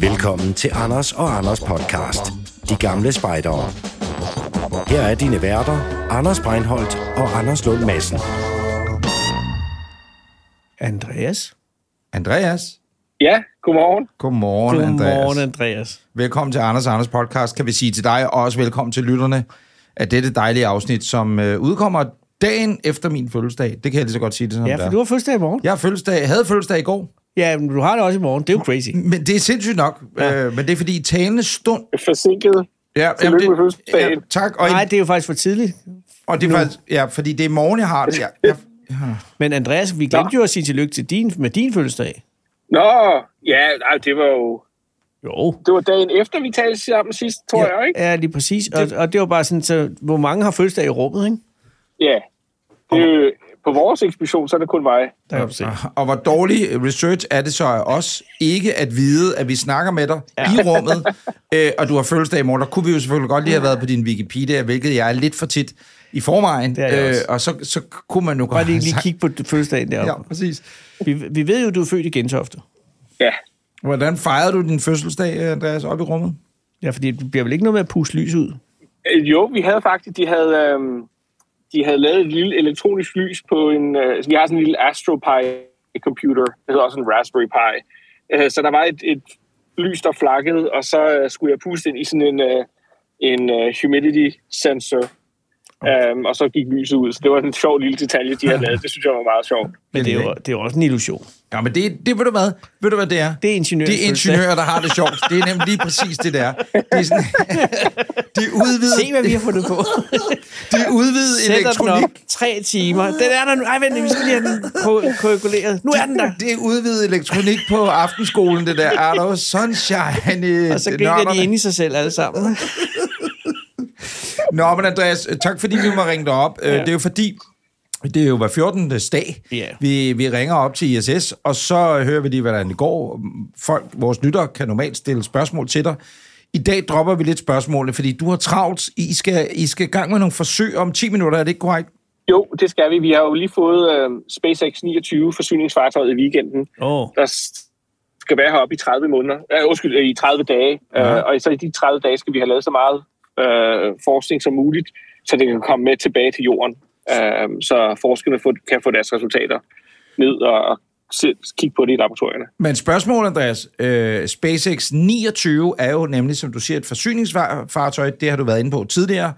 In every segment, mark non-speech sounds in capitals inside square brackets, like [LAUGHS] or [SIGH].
Velkommen til Anders og Anders podcast. De gamle spejdere. Her er dine værter, Anders Breinholt og Anders Lund Madsen. Andreas. Andreas. Ja, godmorgen. Godmorgen, Andreas. Godmorgen, Andreas. Velkommen til Anders og Anders podcast, kan vi sige til dig, og også velkommen til lytterne af dette dejlige afsnit, som øh, udkommer dagen efter min fødselsdag. Det kan jeg lige så godt sige det, som Ja, det er. for du har fødselsdag i morgen. Jeg har fødselsdag, havde fødselsdag i går, Ja, men du har det også i morgen. Det er jo crazy. men det er sindssygt nok. Ja. Øh, men det er fordi talende stund... Forsinket. Ja, Tillykke med fødselsdagen. ja, tak, og, Nej, det er jo faktisk for tidligt. og det er faktisk... Ja, fordi det er i morgen, jeg har det. Jeg, jeg, Men Andreas, vi glemte jo at sige tillykke til din, med din fødselsdag. Nå, ja, nej, det var jo... Jo. Det var dagen efter, vi talte sammen sidst, tror ja. jeg, ikke? Ja, lige præcis. Og, og det var bare sådan, så, hvor mange har fødselsdag i rummet, ikke? Ja. Det er jo, på vores ekspedition, så er det kun mig. Der kan du se. og hvor dårlig research er det så af os ikke at vide, at vi snakker med dig ja. i rummet, [LAUGHS] øh, og du har fødselsdag i morgen. Der kunne vi jo selvfølgelig godt lige have været på din Wikipedia, hvilket jeg er lidt for tit i forvejen. øh, Det er jeg også. og så, så kunne man jo godt Bare lige, have lige sagt- kigge på fødselsdagen Ja, deroppe. præcis. Vi, vi ved jo, du er født i Gentofte. Ja. Hvordan fejrede du din fødselsdag, øh, Andreas, op i rummet? Ja, fordi det bliver vel ikke noget med at puste lys ud? Øh, Jo, vi havde faktisk... De havde, øhm, de havde lavet et lille elektronisk lys på en... Øh, vi har sådan en lille AstroPi-computer. Det hedder også en Raspberry Pi. Øh, så der var et, et lys, der flakkede, og så øh, skulle jeg puste ind i sådan en, øh, en øh, humidity sensor. Okay. Um, og så gik lyset ud. Så det var en sjov lille detalje, de havde lavet. Det synes jeg var meget sjovt. Men det er jo, det er jo også en illusion. Ja, men det, det ved du hvad? Ved du hvad det er? Det er ingeniørens Det er fødselsdag. ingeniører, der har det sjovt. Det er nemlig lige præcis det der. Det er sådan, [LAUGHS] [LAUGHS] det er udvidet, Se, hvad vi har fundet [LAUGHS] på. det er udvidet Sætter den elektronik. op tre timer. Den er der nu. Ej, vent, vi skal lige have den ko- koaguleret. Nu er den der. Det er udvidet elektronik på aftenskolen, det der. Er der jo sunshine i Og så griner de nørderne? inde i sig selv alle sammen. Nå, men Andreas, tak fordi vi må ringe dig op. Ja. Det er jo fordi, det er jo hver 14. dag, Ja. vi, vi ringer op til ISS, og så hører vi lige, hvordan det går. Folk, vores lyttere kan normalt stille spørgsmål til dig. I dag dropper vi lidt spørgsmålene, fordi du har travlt. I skal, I skal i gang med nogle forsøg om 10 minutter, er det ikke korrekt? Jo, det skal vi. Vi har jo lige fået øh, SpaceX 29 forsyningsfartøjet i weekenden, Åh, oh, der s- skal være heroppe i 30 måneder. Øh, undskyld, øh, i 30 dage. Ja. Ja. Øh, og så i de 30 dage skal vi have lavet så meget øh, forskning som muligt, så det kan komme med tilbage til jorden, øh, så forskerne få, kan få deres resultater ned og, og se, kigge på det i laboratorierne. [LAUGHS] Men spørgsmålet, Andreas. Øh, SpaceX 29 er jo nemlig, som du siger, et forsyningsfartøj. Det har du været inde på tidligere,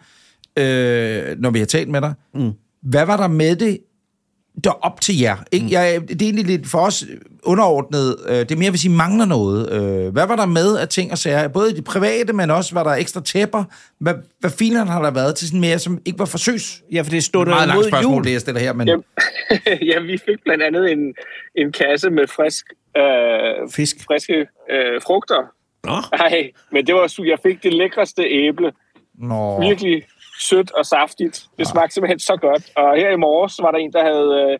øh, når vi har talt med dig. Mm. Hvad var der med det, der op til jer? Mm. Ikke? Jeg, det er egentlig lidt for os underordnet. Øh, det er mere, hvis I mangler noget. Øh, hvad var der med af ting og sager? Både i det private, men også var der ekstra tæpper. Hvad, hvad filen har der været til sådan mere, som ikke var forsøgs? ja, for det stod der Meget jo langt mod spørgsmål, jul. det jeg stiller her, men... Jamen. ja, vi fik blandt andet en, en kasse med frisk, øh, Fisk. friske øh, frugter. Nå, Nej, men det var su- Jeg fik det lækreste æble. Nå. virkelig sødt og saftigt. Det smagte simpelthen så godt. Og her i morges var der en, der havde øh,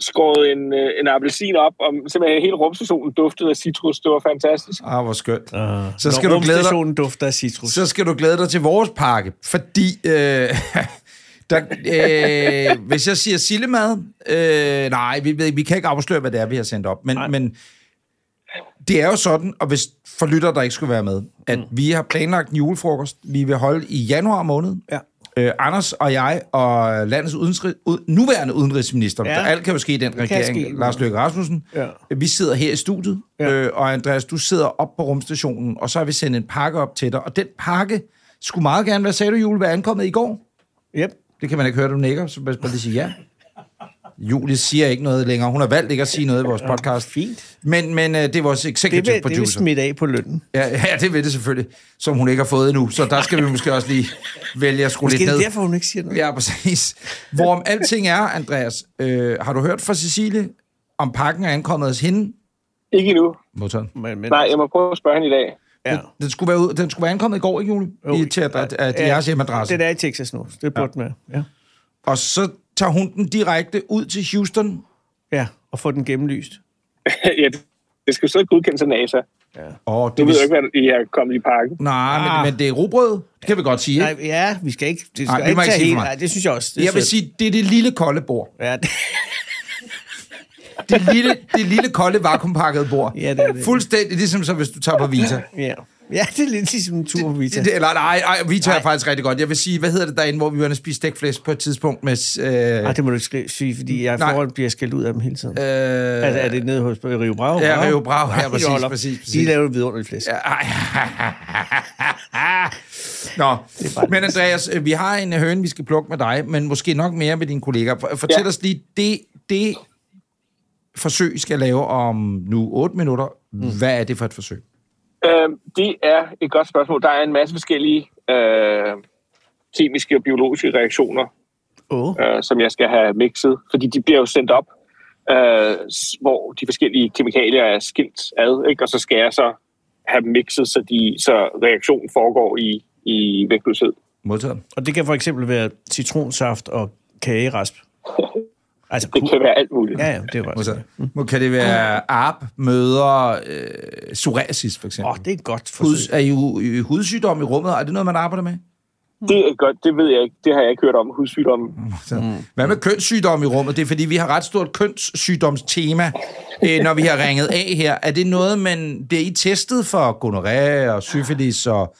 skåret en, øh, en appelsin op, og simpelthen hele rumstationen duftede af citrus. Det var fantastisk. Ah, hvor skønt. Uh, Så skal du glæde dig. dufter af citrus. så skal du glæde dig til vores pakke, fordi øh, [LAUGHS] der, øh, hvis jeg siger sillemad, øh, nej, vi, ved- vi kan ikke afsløre, hvad det er, vi har sendt op, men, Nej. men det er jo sådan, og hvis for lytter, der ikke skulle være med, at mm. vi har planlagt en julefrokost, vi vil holde i januar måned. Ja. Øh, Anders og jeg og landets udenrigs, ud, nuværende udenrigsminister, Ja. ja. alt kan jo ske i den kan regering, ske. Lars Løkke Rasmussen, Ja. vi sidder her i studiet, Ja. ja. øh, og Andreas, du sidder op på rumstationen, og så har vi sendt en pakke op til dig, og den pakke skulle meget gerne, hvad sagde du, Jul, være ankommet i går? Yep. Det kan man ikke høre, du nikker, så bare bare lige sige ja. Julie siger ikke noget længere. Hun har valgt ikke at sige noget i vores podcast. Fint. Men, men øh, det er vores Det executive vil, det vil producer. smitte af på lønnen. ja, ja, det vil det selvfølgelig, som hun ikke har fået endnu. Så der skal vi måske også lige vælge at skrue Måske lidt er ned. det derfor, hun ikke siger noget. Ja, præcis. Hvorom alting er, Andreas, øh, har du hørt fra Cecilie, om pakken er ankommet hos hende? Ikke endnu. Modtaget. Men, men, Nej, jeg må prøve at spørge hende i dag. ja. [LAUGHS] Den, den, skulle være ud, den skulle være ankommet i går, ikke, Julie? Jo, I, til at, at, at jeres hjemmeadresse. Den er i Texas nu. Det burde den være. Ja. Og så tager hun den direkte ud til Houston. ja, og få den gennemlyst. ja, det- det skal jo så godkendes af NASA. Og Du det ved vil... jo ikke, hvad I er kommet i pakken. Nej, Ah. men, men det er robrød. Det kan vi godt sige, ikke? Nej, ja, vi skal ikke... Det skal Nej, vi må ikke ikke tage sige for hele. meget. Nej, det synes jeg også. Det er Jeg vil sødt. sige, det er det lille kolde bord. Ja, det, det, lille, det lille kolde vakuumpakkede bord. Ja, det er det. Fuldstændig ligesom, så hvis du tager på Vita. Ja. ja, det er lidt ligesom en tur på Vita. Det, eller nej, nej, Vita er faktisk rigtig godt. Jeg vil sige, hvad hedder det derinde, hvor vi var inde og spise stækflæsk på et tidspunkt med... Øh, Ej, det må du ikke skrive, sige, fordi jeg Nej. forhånd bliver skældt ud af dem hele tiden. Øh, øh, altså, er det nede hos Rio Bravo? Ja, Rio Bravo. [LAUGHS] Ja, Nej, præcis, hold op. præcis, præcis. De laver vidunderligt flæsk. Ja. Ej. Nå, bare- men Andreas, øh, vi har en høne, vi skal plukke med dig, men måske nok mere med dine kollegaer. For- Fortæl ja. Ja. os lige, det, det forsøg, I skal lave om nu 8 minutter, hvad er det for et forsøg? Øhm, det er et godt spørgsmål. Der er en masse forskellige øh, kemiske og biologiske reaktioner, Oh. øh, som jeg skal have mixet, fordi de bliver jo sendt op, øh, s- hvor de forskellige kemikalier er skilt ad, ikke? og så skal jeg så have dem mixet, så, de, så reaktionen foregår i, i vægtløshed. Modtaget. Og det kan for eksempel være citronsaft og kagerasp. Altså, Det kan være alt muligt. ja, ja, det er jo også. Modtaget. Må, kan det være arp, møder, øh, psoriasis for Åh, eksempel? oh, det er et godt Huds, forsøg. er I u- i hudsygdom i rummet? Er det noget, man arbejder med? Det er godt, det ved jeg ikke. Det har jeg ikke hørt om, hudsygdomme. Mm. Så. Hvad med kønssygdom i rummet? Det er fordi, vi har ret stort kønssygdomstema, øh, når vi har ringet af her. Er det noget, man... Det er I testet for gonorrhea og syfilis og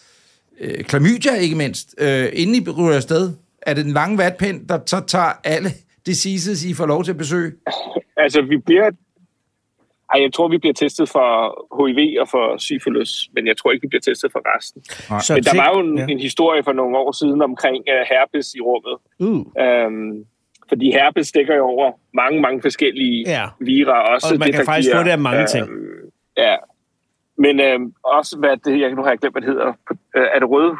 øh, klamydia, ikke mindst, øh, inden I ryger afsted? Er det den lange vatpind, der så tager alle diseases, I får lov til at besøge? Altså, vi bliver... Ej, jeg tror, vi bliver testet for HIV og for syfilis, men jeg tror ikke, vi bliver testet for resten. Så Men der tænk- var jo en, ja. ja. en historie for nogle år siden omkring uh, herpes i rummet. Uh. Um, fordi herpes dækker jo over mange, mange forskellige Ja. ja. vira. Også Og man kan der faktisk få det af mange ting. øhm, Ja. Men øhm, også, hvad det, jeg nu har jeg glemt, hvad det hedder. Øh, er det røde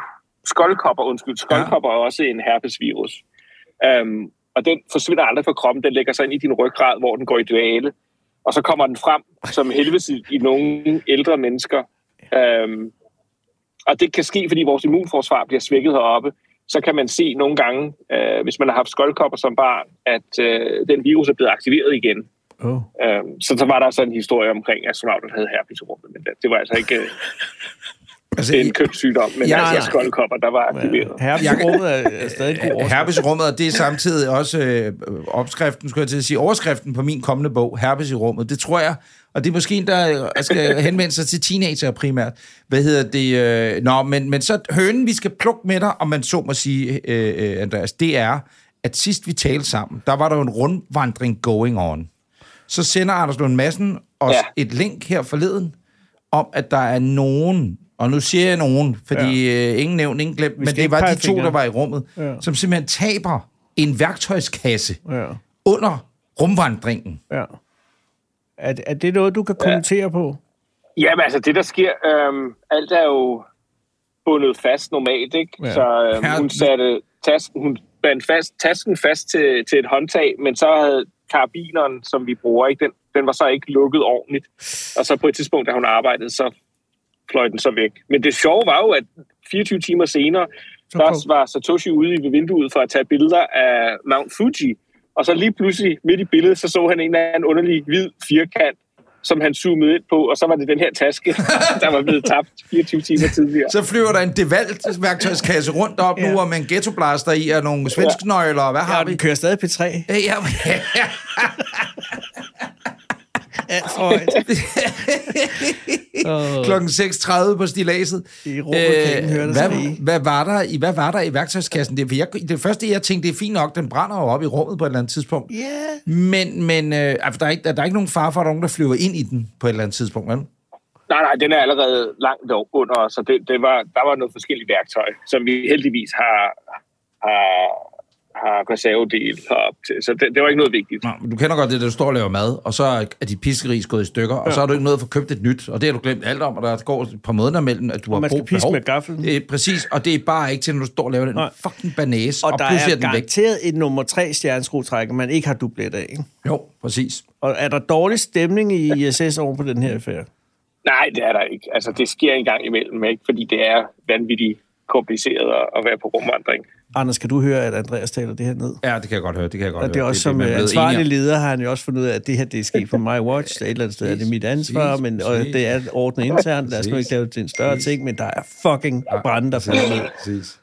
skoldkopper, undskyld. Skoldkopper er også en herpesvirus. Um, og den forsvinder aldrig fra kroppen. Den lægger sig ind i din ryggrad, hvor den går i dvale. Og så kommer den frem som helvedes i, i nogle ældre mennesker. Um, og det kan ske, fordi vores immunforsvar bliver svækket heroppe. Så kan man se nogle gange, øh, hvis man har haft skoldkopper som barn, at øh, den virus er blevet aktiveret igen. Oh. Øhm, så så var der så en historie omkring, at astronauten havde herpes i rummet, men det- det var altså ikke øh, Altså, en kønssygdom, men Ja, ja, altså nej. skoldkopper, der var aktiveret. Herpes Jeg- i rummet er, er stadig en god årsag. herpes i rummet, og det er samtidig også øh, opskriften, skulle jeg til at sige, overskriften på min kommende bog, Herpes i rummet, det tror jeg, og det er måske en, der [LAUGHS] øh, skal henvende sig til teenager primært. Hvad hedder det? Øh, nå, men, men så hønen, vi skal plukke med dig, om man så må sige, øh, øh, Andreas, det er, at sidst vi talte sammen, der var der jo en rundvandring going on. Så sender Anders Lund Madsen os ja. Ja. et link her forleden, om at der er nogen, og nu siger jeg nogen, fordi ja. øh, ingen nævnt, ingen glemt, men skal det ikke var de pege to, fingre. der var i rummet, ja. Ja. som simpelthen taber en værktøjskasse ja. Ja, under rumvandringen. ja. Er, er det noget, du kan kommentere ja. på? Jamen altså, det der sker, øhm, alt er jo bundet fast normalt, ikke? Ja. Ja. Så øhm, Her- hun satte tasken, hun bandt fast, tasken fast til, til et håndtag, men så havde karabineren, som vi bruger, ikke? Den, den var så ikke lukket ordentligt. Og så på et tidspunkt, da hun arbejdede, så fløj den så væk. Men det sjove var jo, at 24 timer senere, Så der kom- var Satoshi ude i vinduet for at tage billeder af Mount Fuji. Og så lige pludselig midt i billedet, så så han en eller anden underlig hvid firkant, som han zoomede ind på, og så var det den her [LAUGHS] taske, der var blevet tabt 24 timer tidligere. Så flyver der en devalt værktøjskasse rundt op ja. Ja. nu, og med en ghettoblaster i, og nogle svensknøgler, og hvad Ja, har og vi? den kører stadig P3. Ja, ja, ja. Alt for højt. Klokken 6.30 på stilaset. Øh. I rummet kan ingen høre det hvad, skrige. hvad, var der i, hvad var der i værktøjskassen? Det, for jeg, det første, jeg tænkte, det er fint nok, den brænder jo op i rummet på et eller andet tidspunkt. Ja. Men, men øh, altså, der, er ikke, der er ikke nogen far for, at der er nogen, der flyver ind i den på et eller andet tidspunkt. Vel? Nej, nej, den er allerede langt under, så det, det var, der var noget forskelligt værktøj, som vi heldigvis har, har, har reservedel herop til. Så det, det var ikke noget vigtigt. Nå, men du kender godt det, der du står og laver mad, og så er dit piskeris gået i stykker, og så har du ikke noget at få købt et nyt, og det har du glemt alt om, og der går et par måneder mellem, at du har man skal brug piske behov. med gaffelen. Øh, præcis, og det er bare ikke til, når du står og laver den Nej. fucking banæs, og, Og, og der pludselig er er den væk. garanteret et nummer 3 stjerneskruetrækker, man ikke har dublet af. Ikke? Jo, præcis. Og er der dårlig stemning i ISS over på den her affære? Nej, det er der ikke. Altså, det sker en gang imellem, ikke? fordi det er vanvittigt kompliceret at, at være på rumvandring. Anders, kan du høre, at Andreas taler det her ned? Ja, det kan jeg godt høre, det kan jeg godt Og det er høre. også som man er det, blevet ansvarlig enige leder har han jo også fundet ud af, at det her det er sket på my watch. Et eller andet sted er det mit ansvar, Præcis, men, og præcis. det er ordnet internt. Lad os nu Præcis. ikke lave det til en større ting, men der er fucking brænde, der falder om. ned. Præcis.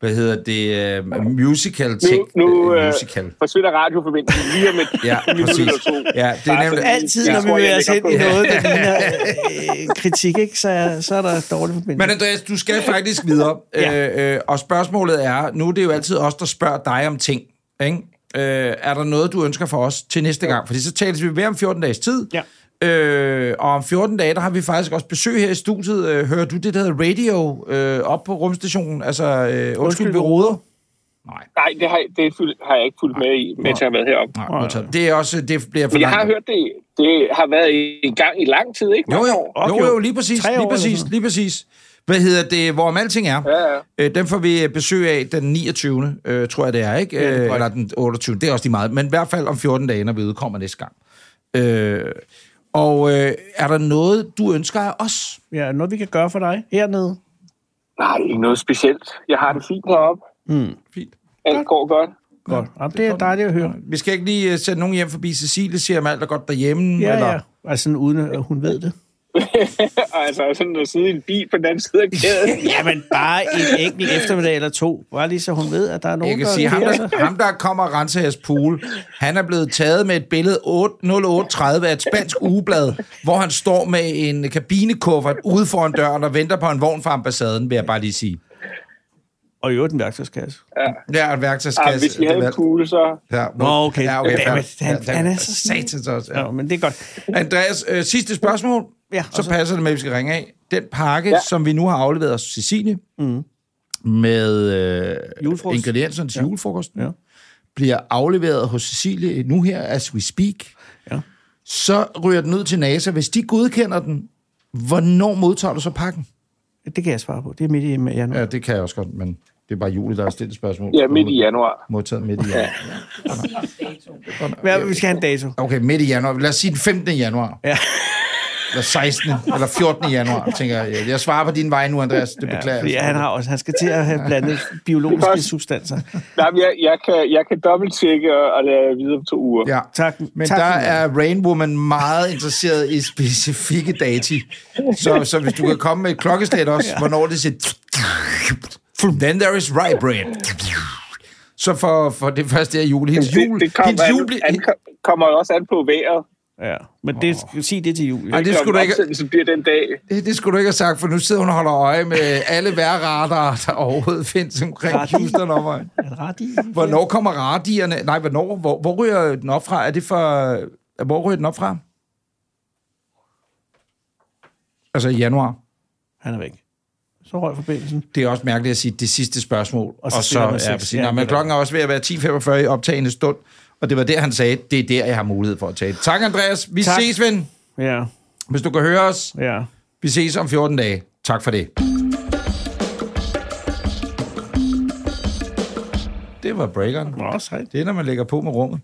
hvad hedder det, uh, musical ting. Nu, nu Øh, øh, musical. forsvinder radioforbindelsen lige om et Ja, minut præcis. eller to. Ja, det er Bare nemlig- fordi- Altid, Jeg når vi tror, jeg bevæger os ligger hen i noget, på- der ligner [LAUGHS] øh, kritik, ikke? Så, er- så er der dårlig forbindelse. Men Andreas, du skal faktisk videre. [LAUGHS] Ja. øh, øh, og spørgsmålet er, nu er det jo altid os, der spørger dig om ting. Ikke? Øh, er der noget, du ønsker for os til næste gang? Fordi så tales vi mere om 14 dages tid. Ja. Øh, og om 14 dage, der har vi faktisk også besøg her i studiet. Øh, hører du det, der hedder radio øh, op på rumstationen? Altså, øh, undskyld, Undskyld, undskyld, vi vi roder. Nej, det har, jeg- det fuld- har jeg ikke fulgt med i, mens jeg har været heroppe. Nej, modtaget. det er også, det bliver for Men jeg har langt. hørt, det, det har været i gang i lang tid, ikke? Jo, Mange jo, år. Op, jo, jo. jo, lige præcis, Tre år lige eller sådan præcis, noget. lige præcis. Hvad hedder det, hvorom alting er? Ja, ja. Øh, den får vi besøg af den 29. Øh, tror jeg, det er, ikke? Ja, det Eller den 28. Det er også lige meget. Men i hvert fald om 14 dage, når vi udkommer næste gang. Øh, og øh, er der noget, du ønsker af os? Ja, noget, vi kan gøre for dig hernede. Nej, ikke noget specielt. Jeg har det fint heroppe. Fint. Alt går godt. [LAUGHS] Godt. Jamen, det er dejligt at høre. Vi skal ikke lige øh, sende nogen hjem forbi Cecilie, siger om alt er godt derhjemme. Ja, eller? ja. Altså, sådan uden at hun ved det. Og altså sådan at sidde i en bil på den anden side af [LAUGHS] kæden. Ja, men bare en enkelt eftermiddag eller to. Bare lige så hun ved, at der er nogen, Jeg kan der sige, ham irriterer sig. der, ham, der kommer og renser jeres pool, han er blevet taget med et billede 8, 0830 af et spansk ugeblad, hvor han står med en kabinekuffert ude foran døren og venter på en vogn fra ambassaden, vil jeg bare lige sige. Og i øvrigt en værktøjskasse. Det er en Ja, værktøjskasse. Ah, hvis de havde en kugle, så... Ja, Nå, okay. Ja, okay. Damn fair. it, han- Ja, han er fair. så snedig. Satans også. Ja. Ja, men det er godt. Andreas, øh, sidste spørgsmål. Ja, så og så- passer det med, at vi skal ringe af. Den pakke, ja. som vi nu har afleveret os til Cecilie, mm. med øh, Julefrokost. ingredienserne til ja. julefrokosten, ja. Ja. bliver afleveret hos Cecilie nu her, as we speak. Ja. Så ryger den ud til NASA. Hvis de godkender den, hvornår modtager du så pakken? Det kan jeg svare på. Det er midt i januar. Ja, det kan jeg også godt, men det er bare Julie, der har stillet spørgsmål. Ja, midt i januar. Modtaget midt i januar. Ja. Vi skal have en dato. Okay, midt i januar. Lad os sige den 15. januar. Ja. Eller 16. eller 14. januar, tænker jeg. Jeg svarer på din vej nu, Andreas. Det beklager Ja, fordi jeg. han, har også, han skal til at have blandet biologiske substanser. Nej, men jeg, jeg, kan, jeg kan dobbelttjekke og, og lade jer vide om to uger. Ja. Tak. Men tak, der Julie. er Rain Woman meget interesseret i specifikke dati. Så, så hvis du kan komme med et klokkeslæt også, ja. hvornår det siger... Then there is rye bread. Så for, for det første er jul. Hendes jul, Det, det kommer, hendes jul, an, an, kommer jo også an på vejret. Ja. Men det, sig det til Julie. Ej, det Når skulle du ikke, opsendelsen bliver den dag. det, det skulle du ikke have sagt, for nu sidder hun og holder øje med alle værradarer, der overhovedet findes omkring Radar. Houston omvejen. Er det ret i? Hvornår kommer radierne? Nej, hvornår? Hvor, hvor ryger den op fra? Er det for... Hvor ryger den op fra? Altså i januar. Han er væk. Så røg forbindelsen. Det er også mærkeligt at sige det sidste spørgsmål. Og så stiller man ja, seks. præcis. Ja, Nå, men det er klokken er også ved at være 10.45 i optagende stund. Og det var der, han sagde, det er der, jeg har mulighed for at tale. Tak, Andreas. Vi tak. Tak. ses, ven. Ja, Hvis du kan høre os, ja. vi ses om 14 dage. Tak for det. Det var breakeren. Nå, sejt. Det er, når man lægger på med rummet.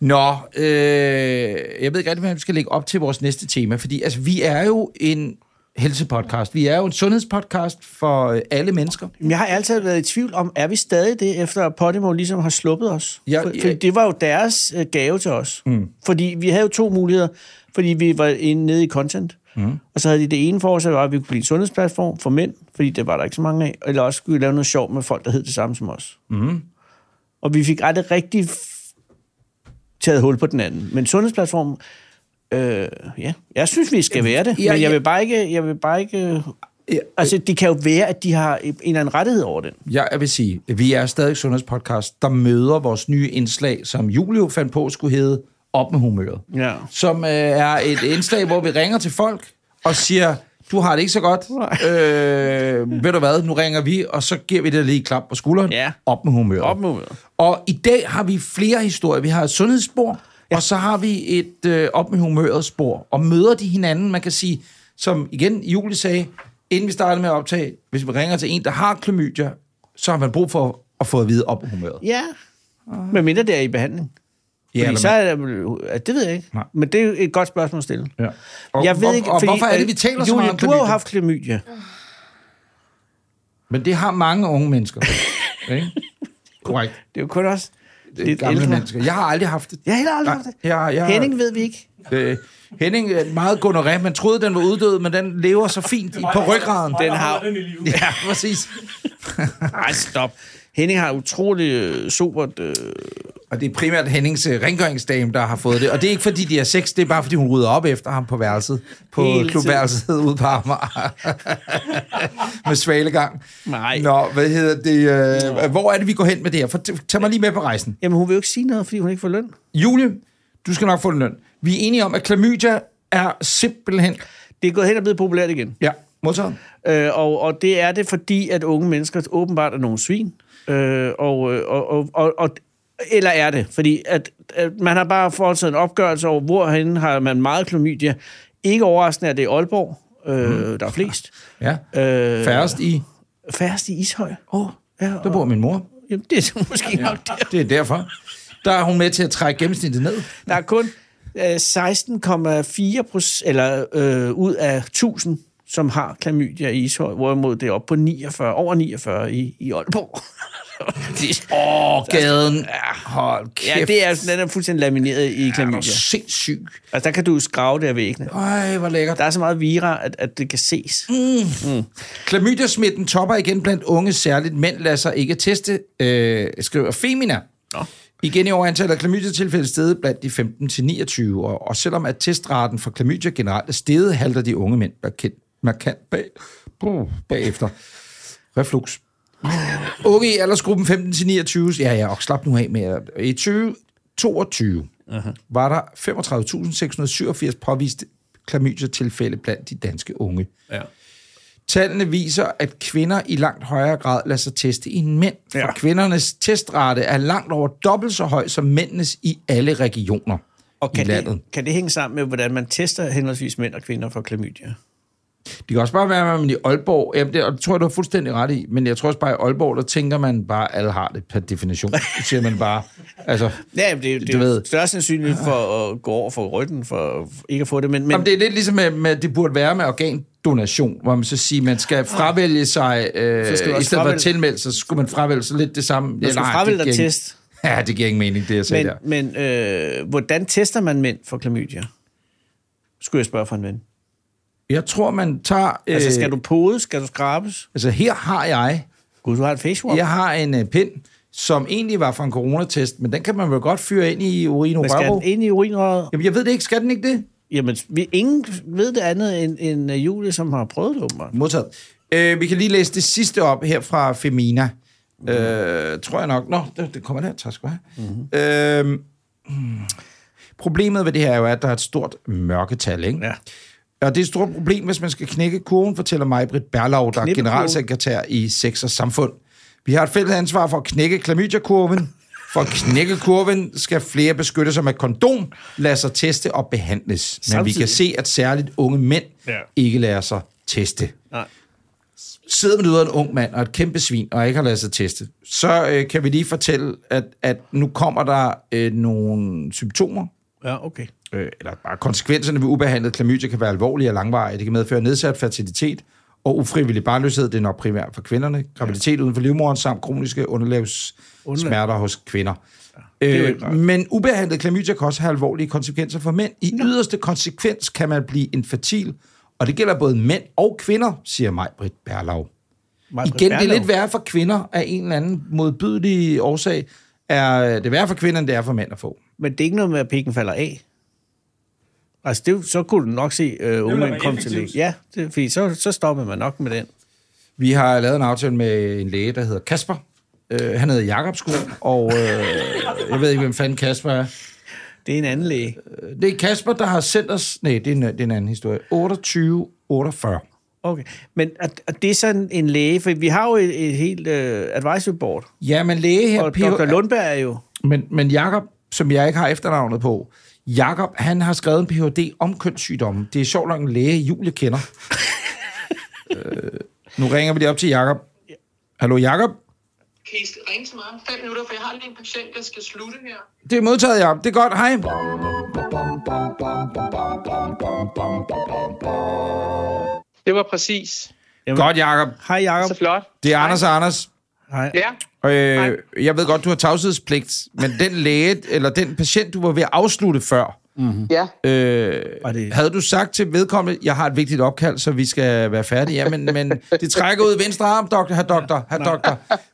Nå, øh, jeg ved ikke rigtig, hvordan vi skal lægge op til vores næste tema, fordi altså, vi er jo en helsepodcast. Vi er jo en sundhedspodcast for øh, alle mennesker. Men Jeg har altid været i tvivl om, er vi stadig det, efter at Podimo ligesom har sluppet os? Ja, for, for ja. det var jo deres øh, gave til os. Mm. Fordi vi havde jo to muligheder, fordi vi var inde nede i content. Mm. Og så havde de det ene for os, at det var, at vi kunne blive en sundhedsplatform for mænd, fordi det var der ikke så mange af. Eller også skulle vi lave noget sjov med folk, der hed det samme som os. Mm. Og vi fik aldrig rigtig f- taget hul på den anden. Men sundhedsplatformen, øh, ja, jeg synes, vi skal være det. ja, men jeg ja. vil bare ikke... Jeg vil bare ikke Altså, det kan jo være, at de har en eller anden rettighed over den. Jeg vil sige, at vi er stadig sundhedspodcast, der møder vores nye indslag, som Julio fandt på skulle hedde Op med humøret. Ja. Som øh, er et indslag, hvor vi ringer til folk og siger, du har det ikke så godt. Øh, ved du hvad, nu ringer vi, og så giver vi det lige et klap på skulderen. Ja. Op med humøret. Op med humøret. Og i dag har vi flere historier. Vi har et sundhedsspor, ja. og så har vi et øh, op med humøret spor. Og møder de hinanden, man kan sige, som igen Julie sagde, inden vi startede med at optage, hvis vi ringer til en, der har klamydia, så har man brug for at få at vide op med humøret. Ja. Men mindre det er i behandling. Ja, eller fordi så er det, ja, det ved jeg ikke. Nej. Men det er jo et godt spørgsmål at stille. Ja. Og, jeg ved hvor, ikke, og hvorfor er det, vi taler så Julie, meget om du har jo klamydia? haft klamydia. Men det har mange [LAUGHS] unge mennesker. ikke? Korrekt. Det er jo kun også Det er lidt gamle ældre. ældre. mennesker. Jeg har aldrig haft det. Jeg har heller aldrig haft det. Nej, jeg- jeg- Henning ved vi [LAUGHS] ikke. Øh, Henning er meget gonoré. Man troede, den var uddød, men den lever så fint i- på ryggraden. Den har- Ja, præcis. Ej, stop. Henning har utrolig øh, supert... Øh, Og det er primært Hennings øh, rengøringsdame, der har fået det. Og det er ikke, fordi de har sex, det er bare, fordi hun rydder op efter ham på værelset. På Hele tiden. klubværelset ude på Amager. med svalegang. Nej. Nå, hvad hedder det? Øh, hvor er det, vi går hen med det her? For, tag mig lige med på rejsen. jamen, hun vil jo ikke sige noget, fordi hun ikke får løn. Julie, du skal nok få en løn. Vi er enige om, at klamydia er simpelthen... Det er gået hen og blevet populært igen. Ja, modtaget. Øh, og, og det er det, fordi at unge mennesker åbenbart er nogle svin. Øh, og, øh, og, og, og, og, eller er det? Fordi at, at man har bare foretaget en opgørelse over, hvorhen har man meget klamydia. Ikke overraskende er det i Aalborg, øh, mm. der er flest. Ja. Øh, Færrest i... Færrest i Ishøj. Åh, oh, Ja, der bor min mor. Jamen, det er så måske ja. nok der. Det er derfor. Der er hun med til at trække gennemsnittet ned. Der er kun øh, 16,4 procent, eller øh, ud af 1000, som har klamydia i Ishøj, hvorimod det er op på 49, over 49 i, i Aalborg. [LAUGHS] det, Åh, oh, gaden. Hold kæft. ja, det er, altså- den er fuldstændig lamineret i er du klamydia. sindssyg. Altså, der kan du skrave det af væggene. Ej, hvor lækkert. Der er så meget vira, at, at det kan ses. Klamydia-smitten topper igen blandt unge, særligt mænd lader sig ikke teste, øh, skriver Femina. Nå. Igen i år er antallet af klamydia-tilfælde steget blandt de 15-29 år, og selvom at testraten for klamydia generelt er steget, halter de unge mænd markant, markant bag, Puh, bagefter. Reflux. Unge i aldersgruppen 15-29, ja ja, og slap nu af med, at- i 2022 var der 35.687 påviste klamydia-tilfælde blandt de danske unge. Tallene viser, at kvinder i langt højere grad lader sig teste end mænd, for ja. kvindernes testrate er langt over dobbelt så høj som mændenes i alle regioner Og i kan landet. det, kan det hænge sammen med, hvordan man tester henholdsvis mænd og kvinder for klamydia? Det kan også bare være, at man i Aalborg, jamen det, og det tror jeg, du har fuldstændig ret i, men jeg tror også bare, at i Aalborg, der tænker man bare, at alle har det per definition. Så siger man bare, altså... Ja, jamen, det, er- det Du er ved. jo størst sandsynligt for at gå over for ryggen, for ikke at få det. Men, men Jamen, det er lidt ligesom, med, med, det burde være med organdonation, hvor man så siger, man skal fravælge sig, øh, Så skal du i også stedet for at fravælge- tilmelde, så skulle man fravælge sig lidt det samme. du skal nej, fravælge det dig giver test. ikke- Ja, det giver ingen mening, det jeg sagde der. Men, men øh, hvordan tester man mænd for klamydia? Skulle jeg spørge for en ven. Jeg tror, man tager... Øh, Altså, skal du pode? Skal du skrabes? altså, her har jeg... Gud, du har et face warm. Jeg har en øh, pind, som egentlig var fra en coronatest, men den kan man vel godt fyre ind i urin og Hvad skal røvhul. den ind i urinrøret? Jamen, jeg ved det ikke. Skal den ikke det? Jamen, vi, ingen ved det andet end, end øh, Julie, som har prøvet det, åbenbart. Modtaget. Øh, vi kan lige læse det sidste op her fra Femina. Øh, tror jeg nok. Nå, det, det kommer der. Tak skal du have. Mm-hmm. Øh, problemet ved det her er jo, at der er et stort mørketal, ikke? Ja. Og det er et stort problem, hvis man skal knække kurven, fortæller mig Britt Berlau, der er Knæppe kurven. generalsekretær i Sex og Samfund. Vi har et fælles ansvar for at knække klamydia-kurven. For at knække kurven skal flere beskytte sig med kondom, lade sig teste og behandles. Men vi Samtidig. kan se, at særligt unge mænd ja. Ja. ikke lader sig teste Nej. sidder man ud af en ung mand og et kæmpe svin, og ikke har lavet sig teste, så øh, kan vi lige fortælle, at, at nu kommer der øh, nogle symptomer, Ja, okay. øh, eller bare konsekvenserne ved ubehandlet klamydia kan være alvorlige og langvarige. Det kan medføre nedsat fertilitet og ufrivillig barnløshed, det er nok primært for kvinderne, graviditet uden for livmoderen samt kroniske underlævssmerter hos kvinder. jo Øh, ikke rart. men ubehandlet klamydia kan også have alvorlige konsekvenser for mænd. I yderste konsekvens kan man blive infertil, og det gælder både mænd og kvinder, siger Maj-Britt Berlau. Maj-Britt Igen, det er Berlau. lidt værre for kvinder af en eller anden modbydelig årsag. Er det værre for kvinder, end det er for mænd at få? Men det er ikke noget med, at pikken falder af. Altså, det, er jo- så kunne du nok se øh, ungdommen komme til det. Ja, det, fordi så, så stopper man nok med den. Vi har lavet en aftale med en læge, der hedder Kasper. Øh, han hedder Jakob Sko, og øh, jeg ved ikke, hvem fanden Kasper er. Det er en anden læge. Det er Kasper, der har sendt os... Nej, det er en, det er en anden historie. 2848. Okay. Men at, at det er sådan en læge, for vi har jo et, et helt øh, advisory board. Ja, men læge her... Og P.H. Dr. Lundberg er jo... Men, men Jakob, som jeg ikke har efternavnet på, Jakob, han har skrevet en Ph.D. om kønssygdomme. Det er sjovt nok en læge, Julie kender. øh, nu ringer vi lige op til Jakob. Hallo Jakob? Kan I ringe til mig om fem minutter, for jeg har lige en patient, der skal slutte her. Det er modtaget, Jakob. Det er godt. Hej. Det var præcis. Godt, Jakob. Hej, Så Jacob. flot. Det er Anders og Anders. Hej. Ja, Og, øh, Hej. jeg ved godt, du har tavshedspligt, men den læge, eller den patient, du var ved at afslutte før, Ja, Øh, Mm-hmm. Var det- Havde du sagt til vedkommende, jeg har et vigtigt opkald, så vi skal være færdige? Ja, men, men det trækker ud i venstre arm, doktor, her doktor, her doktor.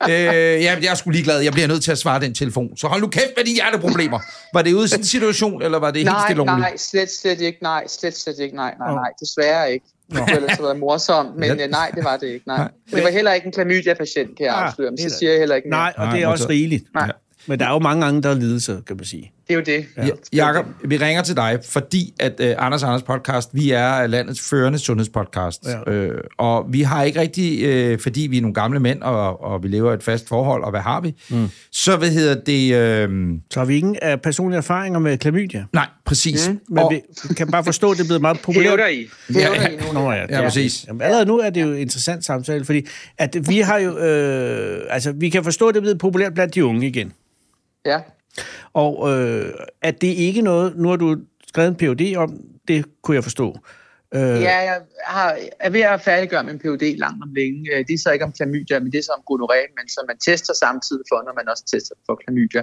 Øh, ja, jeg er sgu ligeglad, jeg bliver nødt til at svare den telefon. Så hold nu kæft med dine hjerteproblemer. Var det ude i sådan en situation, eller var det helt nej, stille og roligt? nej, slet, slet ikke, nej, slet, slet ikke, nej, nej, nej, desværre ikke. Det kunne ellers have været morsomt, men Ja. øh, nej, det var det ikke, nej. Nej. Det var heller ikke en klamydia-patient, kan jeg Ah, afsløre, men det er så da- siger jeg heller ikke mere. Nej, og Nej, det er men også så- rigeligt. Nej. Men der er jo mange gange, der er lidelser, kan man sige. Det er jo det. Ja. Jakob, vi ringer til dig, fordi at uh, Anders og Anders podcast, vi er landets førende sundhedspodcast. Ja. Øh, og vi har ikke rigtig, øh, fordi vi er nogle gamle mænd, og, og vi lever i et fast forhold, og hvad har vi? Mm. Så hvad hedder det... Øh, Så har vi ingen af personlige erfaringer med klamydia. nej, præcis. Mm. Men og... vi kan bare forstå, at det er blevet meget populært. Hævder I? Hævder I nu? Nå ja, det Ja, er- præcis. Jamen, allerede nu er det jo en interessant samtale, fordi at vi har jo, øh, altså vi kan forstå, at det er blevet populært blandt de unge igen. Ja. Og øh, at det ikke noget, nu har du skrevet en PhD om, det kunne jeg forstå. Øh, Ja, jeg har, er ved at færdiggøre min PhD langt om længe. Øh, Det er så ikke om klamydia, men det er så om gonoré, men som man tester samtidig for, når man også tester for klamydia.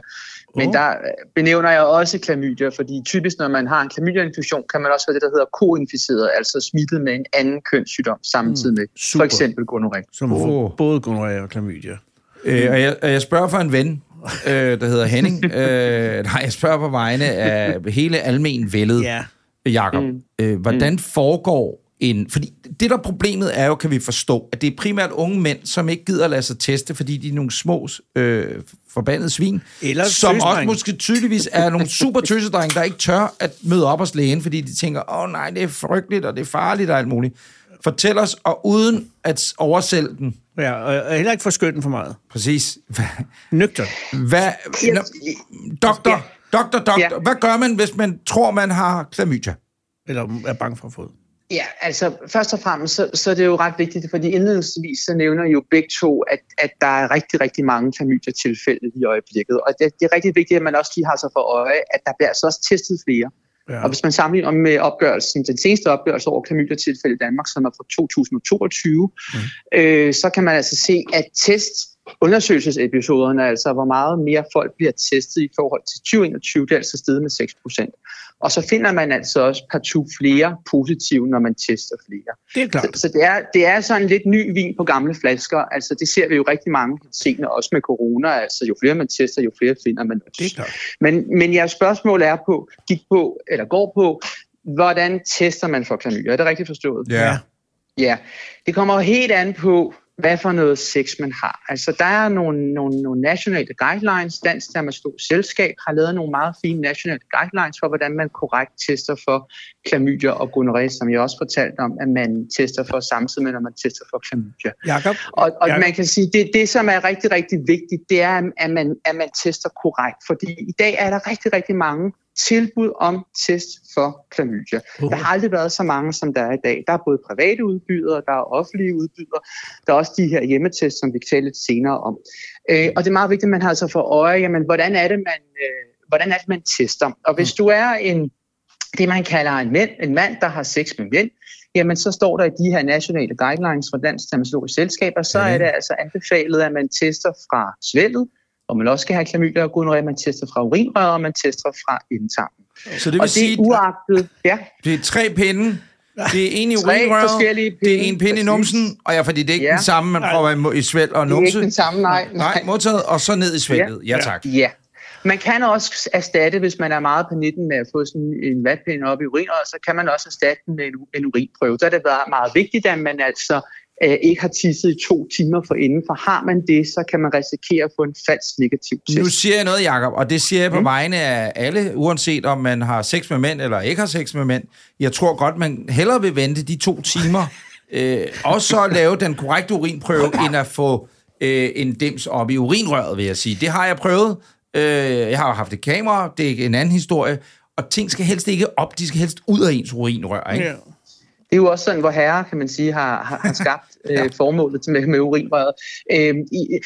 Men Uh. der øh, benævner jeg også klamydia, fordi typisk når man har en klamydia-infektion, kan man også være det, der hedder koinficeret, altså smittet med en anden kønssygdom samtidig med Mm. super. for eksempel gonoré. Som oh. Åh. både gonorrhea og klamydia. Øh, og, jeg, og jeg spørger for en ven, øh, der hedder Henning. øh, nej, jeg spørger på vegne af hele almen vældet, Ja. Jakob. Mm. Øh, hvordan foregår en... Fordi det, der er problemet er jo, kan vi forstå, at det er primært unge mænd, som ikke gider lade sig teste, fordi de er nogle små øh, forbandede svin. Eller som også tøsedrenge. måske tydeligvis er nogle [LAUGHS] super tøsedrenge, der ikke tør at møde op hos lægen, fordi de tænker, åh oh, nej, det er frygteligt, og det er farligt og alt muligt. Fortæl os, og uden at oversælge den, Ja, og, og heller ikke for skøn for meget. præcis, hvad, Nøgter. Hvad, Jeg- nå, doktor, Ja. doktor, doktor, Ja. hvad gør man, hvis man tror, man har klamydia? Eller er bange for at få det. Ja, altså først og fremmest, så, så er det jo ret vigtigt, fordi indledningsvis så nævner I jo begge to, at, at der er rigtig, rigtig mange klamydia-tilfælde i øjeblikket. Og det, det er rigtig vigtigt, at man også lige har sig for øje, at der bliver altså også testet flere. Ja. Og hvis man sammenligner med opgørelsen, den seneste opgørelse over klamydia-tilfælde i Danmark, som er fra 2022, mm. øh, så kan man altså se, at test undersøgelsesepisoderne, altså hvor meget mere folk bliver testet i forhold til 2021, det er altså steget med 6 procent. Og så finder man altså også partout flere positive, når man tester flere. Det er klart. Så, så det, er, det er sådan lidt ny vin på gamle flasker. Altså det ser vi jo rigtig mange senere, også med corona. Altså jo flere man tester, jo flere finder man. Det er klart. Men, men jeres spørgsmål er på, gik på, eller går på, hvordan tester man for klamydia? Er det rigtigt forstået? Ja. Ja, det kommer jo helt an på, hvad for noget sex man har. Altså, der er nogle, nogle, nogle nationale guidelines. Dansk Dermatolog Selskab har lavet nogle meget fine nationale guidelines for, hvordan man korrekt tester for klamydia og gonorrhé, som jeg også fortalte om, at man tester for samtidig med, når man tester for klamydia. Jakob? Og, og Jakob? man kan sige, det, det som er rigtig, rigtig vigtigt, det er, at man, at man tester korrekt. Fordi i dag er der rigtig, rigtig mange tilbud om test for klamydia. Uh. Der har aldrig været så mange, som der er i dag. Der er både private udbydere, der er offentlige udbydere, der er også de her hjemmetest, som vi kan tale lidt senere om. Øh, og det er meget vigtigt, at man har sig for øje, jamen, hvordan er det, man, øh, hvordan er det, man tester. Og hvis du er en det, man kalder en mænd, en mand, der har sex med mænd, jamen så står der i de her nationale guidelines fra Dansk Dermatologisk Selskab, og så er det altså anbefalet, at man tester fra svælget, og man også skal have klamydia og gonorrhea, man tester fra urinrøret, og man tester fra indtarmen. Så det vil Og det sige, er uagtet, ja, det er tre pinde, det er en i Tre forskellige urinrøret, pinde, det er en pinde i præcis. numsen, og ja, fordi det er ikke Ja. den samme, man prøver i mu- i svæl og det er numse. ikke den samme, nej. Nej, modtaget, og så ned i svælget. Ja, tak. Ja. Man kan også erstatte, hvis man er meget på 19 med at få sådan en vatpind op i urinrøret, så kan man også erstatte den med en, u- en urinprøve. Der er det været meget vigtigt, at man altså øh, ikke har tisset i to timer for inden, for har man det, så kan man risikere at få en falsk negativ test. Nu siger jeg noget, Jakob, og det siger jeg på mm. vegne af alle, uanset om man har sex med mænd eller ikke har sex med mænd. Jeg tror godt, man hellere vil vente de to [LAUGHS] timer, øh, og så lave den korrekte urinprøve, end at få øh, en dims op i urinrøret, vil jeg sige. Det har jeg prøvet. Øh, jeg har jo haft et kamera, det er en anden historie. Og ting skal helst ikke op, de skal helst ud af ens urinrør, ikke? Ja. Det er jo også sådan, hvor herrer, kan man sige, har, har, har skabt ja. øh, formålet med, med urinrøret. Øhm, i,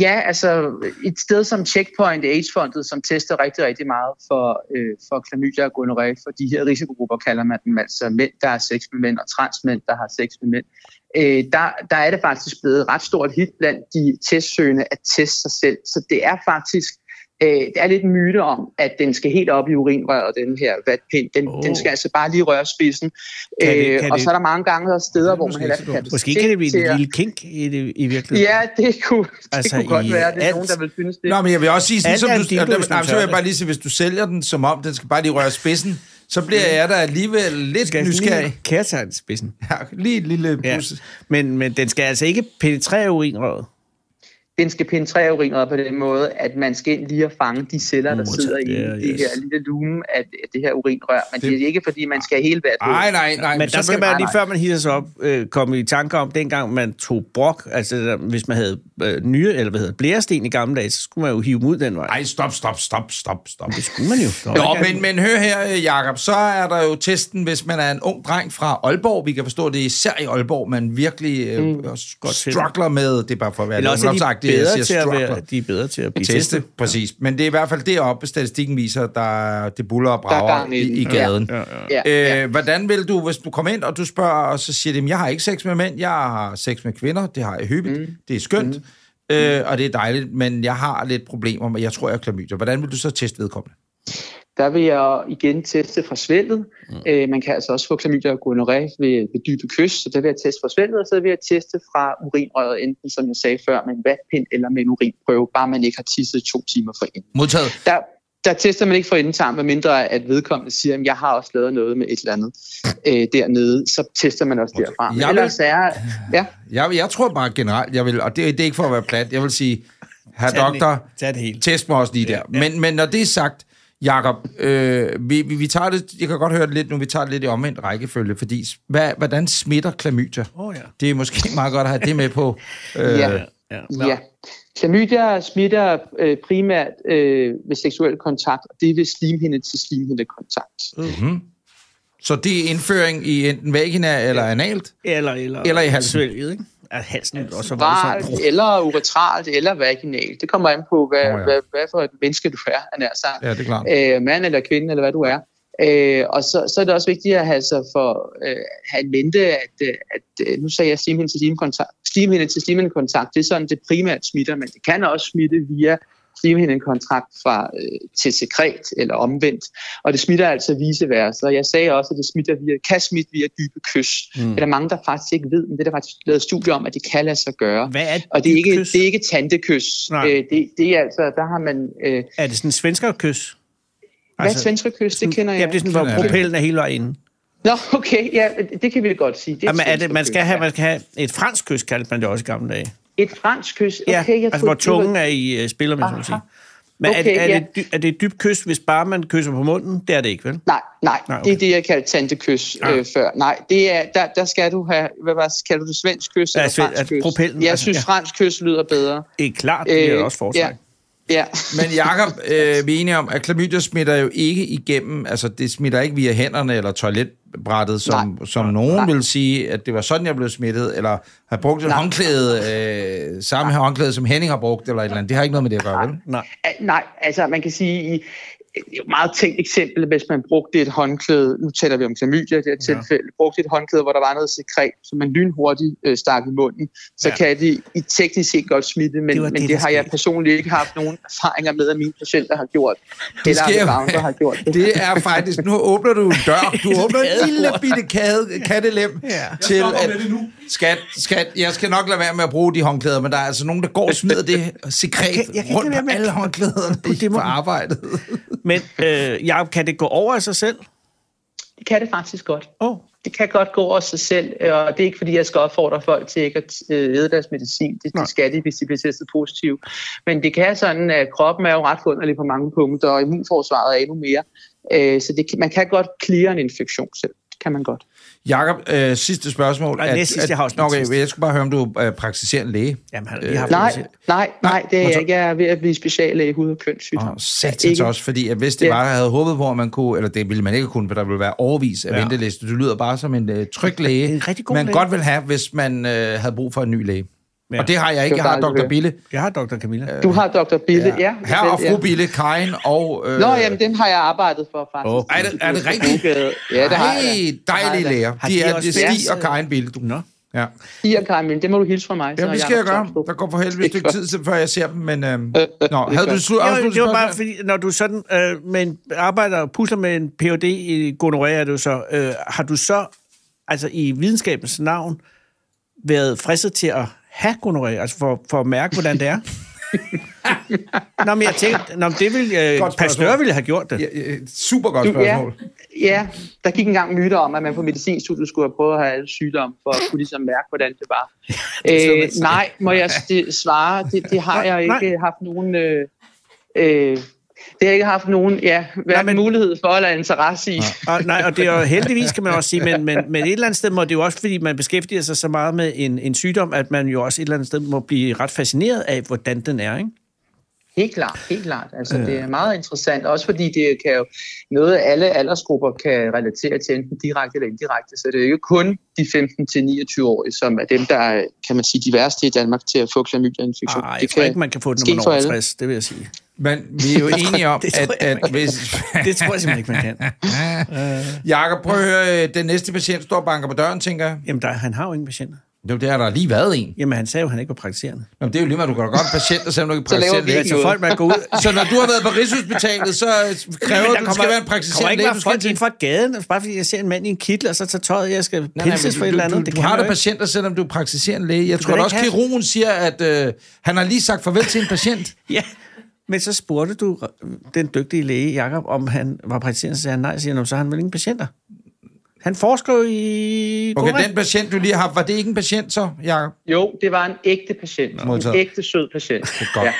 ja, altså et sted som Checkpoint AIDS-fondet, som tester rigtig, rigtig meget for, øh, for klamydia og gonorrhea, for de her risikogrupper kalder man dem, altså mænd, der har sex med mænd, og transmænd, der har sex med mænd. Øh, der, der er det faktisk blevet et ret stort hit blandt de testsøgende at teste sig selv. Så det er faktisk Øh, der er lidt en myte om, at den skal helt op i urinrøret, den her vatpind. Den, oh. den skal altså bare lige røre spidsen. Kan Kan det- kan øh, og det- så er der mange gange der er steder, hvor man måske heller ikke kan så dumt. Måske kan det blive til en at- lille kink i, det, i virkeligheden. Ja, det kunne, Altså, altså, det kunne i godt være, at det er alt. nogen, der vil synes det. Nå, men jeg vil også sige, sådan, Alt som er en du, dildo, og der, hvis man nej, så vil tør jeg det. bare lige sige, hvis du sælger den som om, den skal bare lige røre spidsen, så bliver jeg da alligevel lidt Skal jeg nysgerrig. lige kærtegne spidsen? Ja, lige et lille Ja. pus. Men, men den skal altså ikke penetrere urinrøret. Den skal penetrere urinrøret på den måde, at man skal ind lige og fange de celler, der Mm, sidder i ja, det yes. her lille lume af af det her urinrør. Men det, Det- er ikke, fordi man skal hele været Nej, nej, nej. Men så der skal vil- man nej, lige, nej. før man hisser sig op, øh, komme i tanker om, dengang man tog brok, altså der- hvis man havde øh, nye, eller hvad hedder det, blæresten i gamle dage, så skulle man jo hive dem ud den vej. Ej, stop, stop, stop, [LAUGHS] stop, stop. Det skulle man jo. Der var Nå, ikke men, andet. men hør her, øh, Jakob, så er der jo testen, hvis man er en ung dreng fra Aalborg. Vi kan forstå, at det er især i Aalborg, man virkelig øh, mm, godt til. struggler med. Det er bare for at være Eller lidt også er de ungdomsagtig, jeg bedre siger til at struggler. være, de er bedre til at blive Teste, testet. ja. præcis. Men det er i hvert fald deroppe, statistikken viser, at der er- det buller og Der er brager gang i, i den. i Ja. gaden. Ja, Ja, ja. ja. Øh, hvordan vil du, hvis du kommer ind, og du spørger, og så siger de, jeg har ikke sex med mænd, jeg har sex med kvinder, det har jeg hyppigt, mm. det er skønt, mm. øh, og det er dejligt, men jeg har lidt problemer, med, jeg tror, jeg er klamydia. Hvordan vil du så teste vedkommende? Der vil jeg igen teste fra svældet. Mm. Øh, man kan altså også få klamydia og gonoré ved, ved dybe kys, så der vil jeg teste fra svældet, og så vil jeg teste fra urinrøret, enten som jeg sagde før, med en vatpind eller med en urinprøve, bare man ikke har tisset to timer for inden. Modtaget. Der, der tester man ikke for indentarm, medmindre at vedkommende siger, at jeg har også lavet noget med et eller andet øh, dernede, så tester man også derfra. Men Jeg vil- ellers er... Ja, Jeg, jeg tror bare generelt, jeg vil, og det, det er ikke for at være plat, jeg vil sige, herr Tag den ikke. doktor, Tag det hele. test mig også lige der. Ja, ja. Men, men når det er sagt, Jakob, øh, vi, vi, vi tager det, jeg kan godt høre det lidt nu, vi tager det lidt i omvendt rækkefølge, fordi hvad, hvordan smitter klamydia? Åh, ja. Det er måske meget godt at have det med [LAUGHS] på. Øh, ja. Ja. Ja. Klamydia smitter øh, primært øh, ved seksuel kontakt, og det er ved slimhinde til slimhinde kontakt. Så det er indføring i enten vagina eller analt? Eller, eller, Eller i halsen. Svælget, ikke? Ja, halsen er også voldsomt. Ralt, eller uretralt, eller vaginalt. Det kommer an på, hvad, Nå ja. oh, ja. hvad, hvad for et menneske du er, han er sagt. Ja, det er klart. øh, mand eller kvinde, eller hvad du er. Øh, og så, så er det også vigtigt at have, så for, øh, have en mente, at, øh, at øh, nu sagde jeg slimhinde til slimkontakt. Slimhinde til slimhindekontakt, det er sådan, det primært smitter, men det kan også smitte via slimhindekontakt fra øh, til sekret eller omvendt. Og det smitter altså vice versa. Jeg sagde også, at det smitter via, kan smitte via dybe kys. Mm. Det er der mange, der faktisk ikke ved, men det er der faktisk lavet studier om, at det kan lade sig gøre. Hvad er Og det er, ikke, kys? det er ikke tantekys. Nej. Øh, det, det er altså, der har man... Øh, Er det sådan en svenskerkys? hvad Altså, altså, svenske kys, det kender jeg. Ja, det er sådan, hvor Kender jeg det. propellen er hele vejen inde. Nå, okay, ja, det kan vi godt sige. Det Jamen, er det, et svensk man, skal have, kys, man skal have et fransk kys, kaldte man det også i gamle dage. ja. Et fransk kys, okay. Ja, jeg altså troede, hvor det var- tungen er i uh, spiller, man så må sige. Men okay, er, det, Okay, er, ja. det, dy- er det et dybt kys, hvis bare man kysser på munden? Det er det ikke, vel? Nej, nej, Nej, okay. nej okay. det er det, jeg kaldte tantekys Ah. øh, før. Nej, det er, der, der skal du have, hvad var, kalder du det svensk kys Ja, eller sve- fransk altså, kys? propellen, jeg altså, synes, ja. fransk kys lyder bedre. Det er klart, det er Øh, også foretrække. Ja, ja. Men Jakob, øh, vi er enige om, at klamydia smitter jo ikke igennem, altså det smitter ikke via hænderne eller toiletbrættet, som, Nej. som nogen vil sige, at det var sådan, jeg blev smittet, eller har brugt et håndklæde, øh, samme her håndklæde, som Henning har brugt, eller et eller andet. Det har ikke noget med det at gøre, vel? Nej. Ah, Nej, altså man kan sige, i det er jo et meget tænkt eksempel, hvis man brugte et håndklæde, nu taler vi om klamydia i det her tilfælde, brugte et håndklæde, hvor der var noget sekret, som man lynhurtigt øh, stak i munden, Ja. så ja. kan det i teknisk set godt smitte, men Det det, var men det, det, der det har jeg skete. personligt ikke haft nogen erfaringer med, at mine patienter har gjort, det eller sker jo. at andre har gjort det. Det er faktisk, nu åbner du en dør, du åbner en lille bitte kade, kattelem ja. til, at, skat, skat, jeg skal nok lade være med at bruge de håndklæder, men der er altså nogen, der går og smider det sekret kan- jeg kan ikke rundt lade være på med at- alle håndklæderne Putte det i på munden. arbejdet. Men øh, Jacob, kan det gå over af sig selv? Det kan det faktisk godt. Åh, oh, Det kan godt gå over sig selv, øh, og det er ikke fordi, jeg skal opfordre folk til ikke at øh, æde deres medicin. Det, Nej. det skal de, hvis de bliver testet positiv. Men det kan være sådan, at kroppen er jo ret underlig på mange punkter, og immunforsvaret er endnu mere. Øh, så det, kan- man kan godt clear en infektion selv. Det kan man godt. Jakob, øh, sidste spørgsmål. Nej, næst sidste, jeg har også noget okay, sidste. jeg skulle bare høre, om du øh, praktiserer en læge. jamen, han har lige haft Øh, Altså, Nej, det til. nej, nej, det er men så- jeg ikke. Jeg er ved at blive speciallæge i hud- og kønssygdom. Åh, satans Ikke- også, fordi at hvis det Ja. var, jeg havde håbet på, at man kunne, eller det ville man ikke kunne, for der ville være overvis af Ja. ja. venteliste. Du lyder bare som en øh, tryg læge, [LAUGHS] En rigtig god man læge. godt vil have, hvis man øh, havde brug for en ny læge. Ja. Ja. Og det har jeg ikke. Det Jeg var har dejligt at Dr. høre. Bille. Jeg har Dr. Camilla. Du har Dr. Bille, ja. Herre og den- fru Bille, Karin og... Øh, Nå, jamen, den har jeg arbejdet for, faktisk. Åh. Er det- er det rigtigt? Ja, det har jeg. Hey, Det har jeg dejlige da. læger. Har De de er, også det er deres, Stig og øh, Karin Bille. Du. Nå. Ja. Ian Karamil, det må du hilse fra mig. Jamen, så det skal jeg Jacob gøre. Topstrup. Der går for helvede et stykke tid, til, før jeg ser dem, men... Øhm, Øh, øh, nå, havde du slut, Jo, afsluttet det var bare spørgsmålet? fordi, når du sådan øh, med en arbejder og pusler med en Ph.D. i gonorrhea, er det jo så, øh, har du så, altså i videnskabens navn, været fristet til at have gonorrhea, altså for, for at mærke, hvordan det er? nå, men jeg tænkte, nå, men det ville, øh, Godt spørgsmål. Pasteur ville have gjort det. Ja, ja, super godt Du- spørgsmål. Ja, der gik engang myter om, at man på medicinstudiet skulle have prøvet at have alle sygdomme, for at kunne ligesom mærke, hvordan det [LAUGHS] var. så Øh, man sige. nej, må [LAUGHS] jeg st- svare? Det, det har jeg nej. ikke haft nogen... Øh, øh, det har jeg ikke haft nogen ja, hverken men- mulighed for eller interesse i. Og, nej, og det er jo heldigvis, kan man også sige, men, men, men et eller andet sted må det jo også, fordi man beskæftiger sig så meget med en, en sygdom, at man jo også et eller andet sted må blive ret fascineret af, hvordan den er, ikke? Helt klart, helt klart. Altså, det er meget interessant, også fordi det kan jo noget, alle aldersgrupper kan relatere til, enten direkte eller indirekte. Så det er jo ikke kun de 15-29-årige, som er dem, der er, kan man sige, de værste i Danmark til at få klamydia-infektion. Ej, jeg det tror kan ikke, man kan få den, ske når man for er over alle. 60, det vil jeg sige. Men vi er jo enige [LAUGHS] om, Det tror at, jeg, at man kan. hvis... Det tror jeg simpelthen ikke, man kan. Jakob, prøv at høre, øh, den næste patient står og banker på døren, tænker jeg. Jamen, der, han har jo ingen patienter. Jo, det har der lige været en. Jamen, han sagde jo, at han ikke var praktiserende. Jamen, det er jo lige meget, du kan da godt være patient, og selvom du ikke Så laver praktiserer vi læge. ikke Så noget. folk, man går ud... Så når du har været på Rigshospitalet, [LAUGHS] så øh, kræver du, at du skal være en kommer praktiserende ikke læge. bare Du, skal folk ind til... fra gaden, altså bare fordi jeg ser en mand i en kittel, og så tager tøjet, jeg skal Nej, nej, men pilses for et eller andet. du, det du, du kan har man da jo ikke. patienter, selvom du er praktiserende læge. Jeg Du tror kan da da også, ikke have- kirurgen siger, at øh, han har lige sagt farvel til en patient. Ja, men så spurgte du den dygtige læge, Jakob, om han var praktiserende, så sagde han nej, siger han, "Nå, så har han vel ingen patienter. Han forsker jo i... Okay, gonorrhea. den patient, du lige har haft, var det ikke en patient så, Jacob? Jo, det var en ægte patient. En modtaget. ægte sød patient. godt. Ja.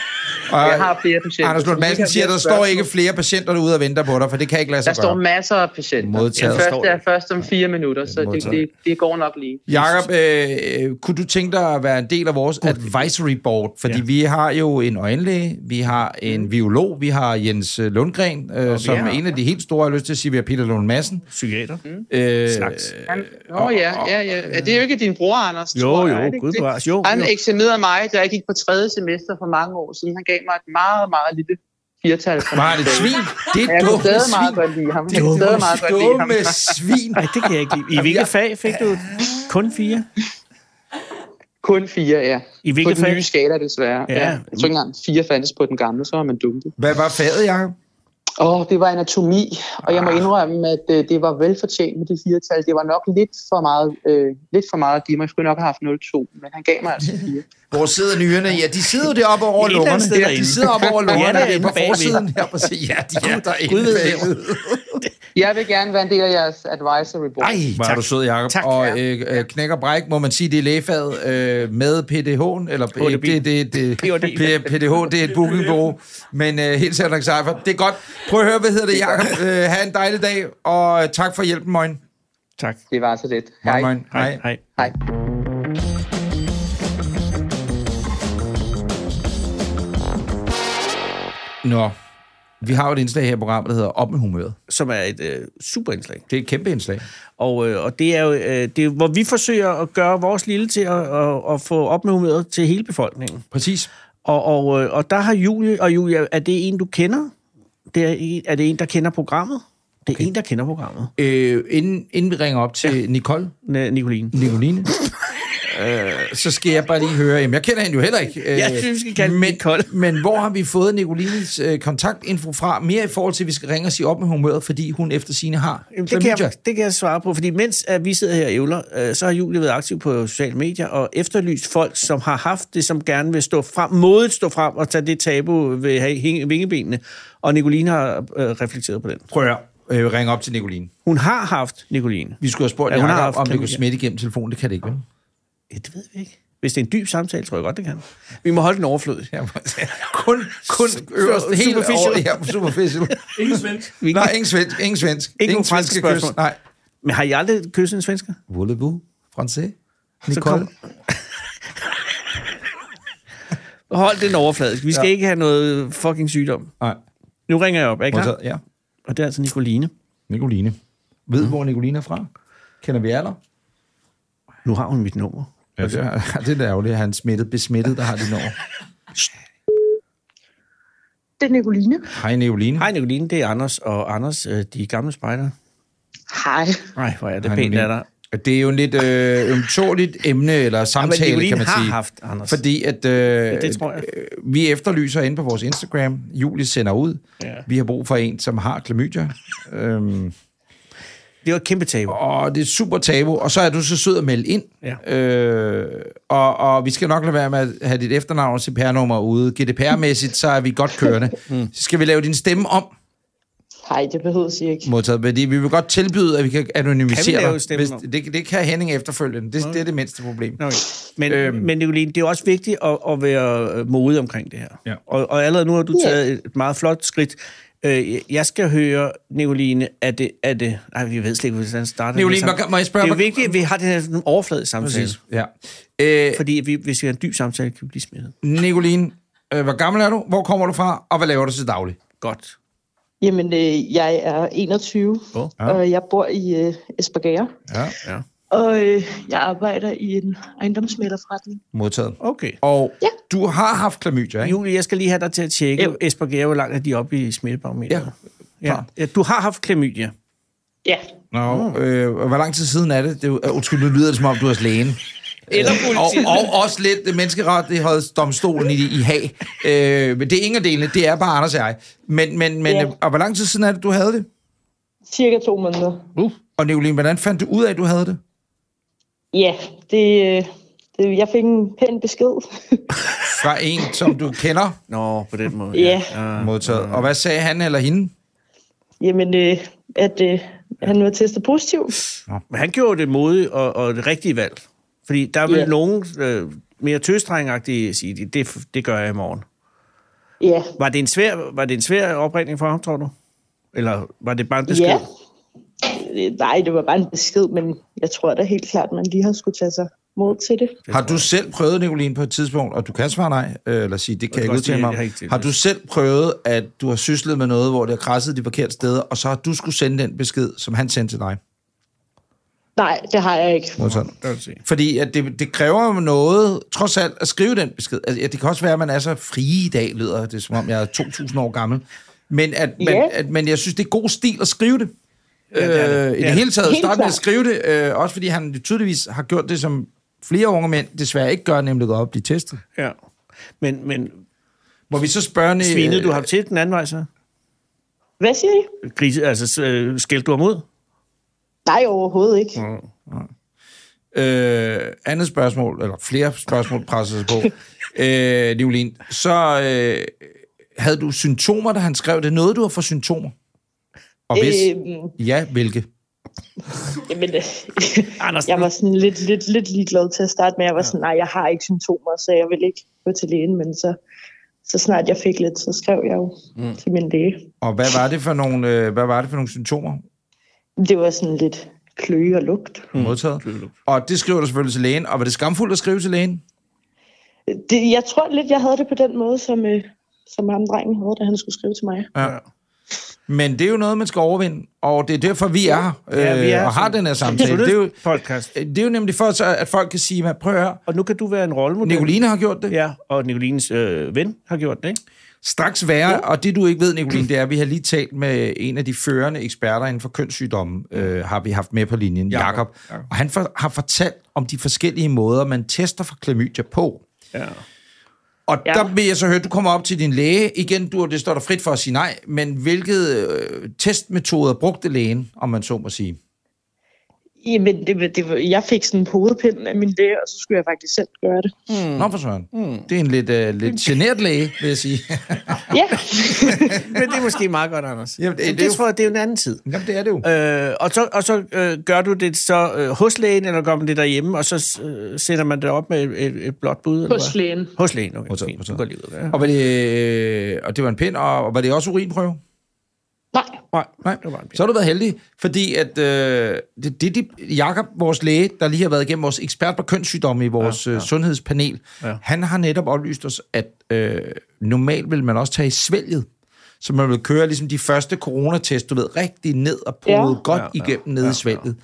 Og Jeg har flere patienter. Anders Lund som ikke Madsen har siger, at der flere står ikke spørgsmål. flere patienter derude og venter på dig, for det kan ikke lade Der sig står gøre. masser af patienter. Modtaget. Den første er først om fire minutter, så det, Modtaget. det, det går nok lige. Jakob, øh, øh, kunne du tænke dig at være en del af vores advisory board? Fordi ja. vi har jo en øjenlæge, vi har en biolog, vi har Jens øh, Lundgren, øh, som er har- en af de helt store, jeg har lyst til at sige, vi har Peter Lund Madsen. Psykiater. Øh, Slags. Han, nå ja, ja, ja. Er det jo ikke din bror, Anders? Jo, tror jeg, jo, er det ikke Gud det? bevares. Jo, Han jo. eksaminerede mig, da jeg gik på tredje semester for mange år siden. Han gav mig et meget, meget lille firtal. for Var mig. det et svin? Det Ja, er jeg kunne dumme stadig svin. meget godt lide ham. Jeg Det kunne stadig meget er godt lide ham. dumme svin. Nej, det kan jeg ikke lide. I hvilket fag fik du kun fire? Kun fire, ja. I på hvilket den nye fag? skala, desværre. Ja. Ja. ja. Jeg tror ikke engang, fire fandtes på den gamle, så var man dumt. Hvad var faget, Jacob? Åh, det var anatomi, og jeg må Ah. indrømme, at øh, det var velfortjent med de fire tal. Det var nok lidt for meget, øh, lidt for meget at give mig. Jeg skulle nok have haft 0,2, men han gav mig altså [LAUGHS] fire. Hvor sidder nyrerne? Ja, de sidder jo deroppe over Et eller andet lungerne. sted Ja, de derinde. sidder oppe over Ja, lungerne. det er derinde på bagved. forsiden her. På siden. Ja, de er derinde. Gud ved det. bagved. Jeg vil gerne være en del af jeres advisory board. Ej, hvor er Tak. du sød, Jacob. Tak. Og øh, øh, knæk og bræk, må man sige, det er lægefaget øh, med PDH'en, eller øh, HDB. det, det, det, PhD. P- PDH, det er et bookingbureau, men øh, helt Henrik Seifert, det er godt. Prøv at høre, hvad hedder det, [LAUGHS] Jacob? Øh, ha' en dejlig dag, og øh, tak for hjælpen, Moin. Tak. Det var så lidt. Moin, moin. Hej. Hej. Hej. Nå, vi har jo et indslag her i programmet, der hedder Op med humøret. Som er et øh, super indslag. Det er et kæmpe indslag. Og, øh, og det er jo, øh, det er, jo, hvor vi forsøger at gøre vores lille til at, at, at få op med humøret til hele befolkningen. Præcis. Og, og, øh, og der har Julie, og Julia, er det en, du kender? Det er, en, er det en, der kender programmet? Det er okay. en, der kender programmet. Øh, inden, inden vi ringer op til ja. Nicole, N- Nicoline. Nicoline. [LAUGHS] øh, så skal jeg bare lige høre. Jamen, jeg kender hende jo heller ikke. Øh, Jeg synes, vi skal kalde hende men, Nicole. men hvor har vi fået Nicolines øh, kontaktinfo fra? Mere i forhold til, at vi skal ringe og sige op med humøret, fordi hun efter sine har. Jamen, det, kan jeg, det kan jeg svare på, fordi mens at vi sidder her og ævler, øh, så har Julie været aktiv på sociale medier og efterlyst folk, som har haft det, som gerne vil stå frem, modigt stå frem og tage det tabu ved ha- hænge- vingebenene. Og Nicoline har øh, reflekteret på den. Prøv at høre. øh, ringe op til Nicoline. Hun har haft Nicoline. Vi skulle have spurgt Ja, ja, hun har Jacob, haft om det kunne klamydia. smitte igennem telefonen. Det kan det ikke, vel? Ja, det ved vi ikke. Hvis det er en dyb samtale, tror jeg godt, det kan. Vi må holde den overflødig. Ja, [LAUGHS] kun kun øverst, helt superficial. over her på superficial. [LAUGHS] Ingen svensk. Vi Nej, ingen svensk. Ingen svensk. Ingen, nogen franske svenske kys. spørgsmål. Nej. Men har I aldrig kysset en svensker? Voulez-vous français? Så kom- Nicole? Hold den overfladisk. Vi skal Ja. ja. ikke have noget fucking sygdom. Nej. Nu ringer jeg op, er I klar? Modtaget, Ja. Og det er altså Nicoline. Nicoline. Ved, mm. hvor Nicoline er fra? Kender vi alder? Nu har hun mit nummer. Ja, det er, [LAUGHS] det er ærgerligt, at han smittet, besmittet, der har det nummer. Det er Nicoline. Hej, Nicoline. Hej Nicoline, det er Anders, og Anders, øh, de gamle spejder. Hej. Nej, hvor er det Hej, pænt Nicoline. af dig. For det er jo en lidt øh, ømtåligt emne eller samtale, Nicoline kan man har sige. haft, Anders. Fordi at øh, ja, det tror jeg. vi efterlyser inde på vores Instagram. Julie sender ud. Ja. Ja. Vi har brug for en, som har klamydia. øhm, Det var et kæmpe tabu. og det er super tabu. Og så er du så sød at melde ind. Ja. Øh, og, og vi skal nok lade være med at have dit efternavn og CPR-nummer ude. GDPR-mæssigt, så er vi godt kørende. mm. Så skal vi lave din stemme om, Nej, det behøves I ikke. modtaget. Fordi vi vil godt tilbyde, at vi kan anonymisere Kan vi lave dig. stemmen om? det, det kan Henning efterfølgende. Det, det er det mindste problem. Okay. Men, øhm. Øhm. men Nicoline, det er også vigtigt at, at være modig omkring det her. Ja. Og, og allerede nu har du Ja. taget et meget flot skridt. Øh, jeg skal høre, Nicoline, er det... Er det nej, vi ved slet ikke, hvordan det starter. Nicoline, Det er må- må jeg spørge- Det er jo vigtigt, at vi har den her sådan overflade samtale. Præcis. Ja. Øh, Fordi at vi, hvis vi har en dyb samtale, kan vi blive smittet. Nicoline, øh, hvor gammel er du? Hvor kommer du fra? Og hvad laver du til daglig? Godt. Jamen, øh, jeg er 21, Åh, ja. og jeg bor i øh, Esbjerg, Ja. og øh, jeg arbejder i en ejendomsmælerforretning. Modtaget. Okay. Og Ja. ja. du har haft klamydia, ikke? Julie, jeg skal lige have dig til at tjekke Jo. Esper Gere, hvor langt er de oppe i smittebarometeret. Ja, Ja. klart. ja. Du har haft klamydia. Ja, Nå, øh, og hvor lang tid siden er det? det er, jo- øh, undskyld, nu lyder det som om, du er hos lægen. Eller politiet. Og, og også lidt øh, menneskerettighedsdomstolen i, i Haag. Øh, men det er ingen af delene, det er bare Anders og jeg. Men, men, men Ja. ja. og hvor lang tid siden er det, du havde det? cirka to måneder. Uh. Og Nicoline, hvordan fandt du ud af, at du havde det? Ja, det, øh, det, jeg fik en pæn besked. [LAUGHS] Fra en, som du kender, Nå, på den måde. ja, modtaget. Og hvad sagde han eller hende? jamen, øh, at øh, han var testet positiv. Men han gjorde det modige og, og det rigtige valg. Fordi der vil Ja. yeah. nogen øh, mere tøstrengagtige sige, "Det- det, det gør jeg i morgen. Ja, Var det en svær, var det en svær opringning for ham, tror du? Eller var det bare en besked? ja. Øh, Nej, det var bare en besked, men jeg tror da helt klart, man lige har skulle tage sig mod til det. Har du selv prøvet, Nicoline, på et tidspunkt, og du kan svare nej, øh, eller sige, det kan jeg ikke godt sige, udtale mig jeg har ikke om. tænkt Har det. du selv prøvet, at du har syslet med noget, hvor det har krasset de forkerte steder, og så har du skulle sende den besked, som han sendte til dig? Nej, det har jeg ikke. Modtaget. Det vil sige. Fordi at det, det kræver jo noget, trods alt, at skrive den besked. Altså, ja, det kan også være, at man er så fri i dag, lyder det, som om jeg er 2.000 år gammel. Men, at, man, Ja. at, men jeg synes, det er god stil at skrive det. Ja, det. det, det. Øh, I Ja. det hele taget. Helt Start med at klart. skrive det, øh, også fordi han tydeligvis har gjort det, som flere unge mænd desværre ikke gør, nemlig gå op og blive testet. Ja. Men, men Må vi så spørge... øh, svinede du ham til den anden vej, så? Hvad siger I? Grise, altså, øh, skældte du ham ud? Nej, overhovedet ikke. Mm. Øh, andet spørgsmål, eller flere spørgsmål presser sig på, øh, Nicolin. Så øh, havde du symptomer, da han skrev det? Noget, du har for symptomer? Og hvis øh, Øhm, ja, hvilke? jamen, øh, Anders, [LAUGHS] Anders, jeg var sådan lidt, lidt, lidt ligeglad til at starte med. Jeg var ja. sådan, nej, jeg har ikke symptomer, så jeg vil ikke gå til lægen. Men så, så snart jeg fik lidt, så skrev jeg jo mm. til min læge. Og hvad var det for nogle, øh, hvad var det for nogle symptomer Det var sådan lidt kløe og lugt. Hmm. mm. modtaget? Og det skriver du selvfølgelig til lægen. Og var det skamfuldt at skrive til lægen? Det, jeg tror lidt, jeg havde det på den måde, som, øh, som ham drengen havde, da han skulle skrive til mig. Ja. Men det er jo noget, man skal overvinde, og det er derfor, vi er her øh, Ja, vi er og har som- den her samtale. Det er, jo, Sundhedspodcast. det er jo nemlig for, så at folk kan sige, "Man, prøv at høre, Og nu kan du være en rollemodel. Nicoline har gjort det, Ja, og Nicolines øh, ven har gjort det, ikke? Straks værre, ja. og det du ikke ved, Nicoline, det er, at vi har lige talt med en af de førende eksperter inden for kønssygdomme, øh, har vi haft med på linjen, Jakob. Og han for, har fortalt om de forskellige måder, man tester for klamydia på. Ja. Og ja. Ja. der vil jeg så høre, at du kommer op til din læge. Igen, du, det står der frit for at sige nej, men hvilke øh, testmetoder brugte lægen, om man så må sige? Jamen, det, var- det, var- jeg fik sådan en hovedpind af min læge, og så skulle jeg faktisk selv gøre det. Mm. Nå for søren. Mm. Det er en lidt, øh, [LAUGHS] lidt genert læge, vil jeg sige. [LAUGHS] Ja, Men det er måske meget godt, Anders. Jamen, det- det, det er det jo- tror jeg, det er jo en anden tid. Jamen, det er det jo. Øh, og så, og så øh, gør du det så øh, hos lægen, eller gør man det derhjemme, og så øh, sætter man det op med et, et, et blåt bud? Eller hos hvad? lægen. Hos lægen, okay. Modtaget, fint. modtaget. Du går lige ud af det. Og, var det, øh, og det var en pind, og, og var det også urinprøve? Nej, Nej, Nej, det var en så har du været heldig, fordi at øh, det, det, det Jakob, vores læge, der lige har været igennem vores ekspert på kønssygdomme i vores ja, ja. sundhedspanel, Ja. ja. han har netop oplyst os, at øh, normalt vil man også tage i svælget, så man vil køre ligesom de første coronatest, du ved, rigtig ned og pode Ja. ja. godt Ja, ja, ja, igennem ja, ned ja, i svælget.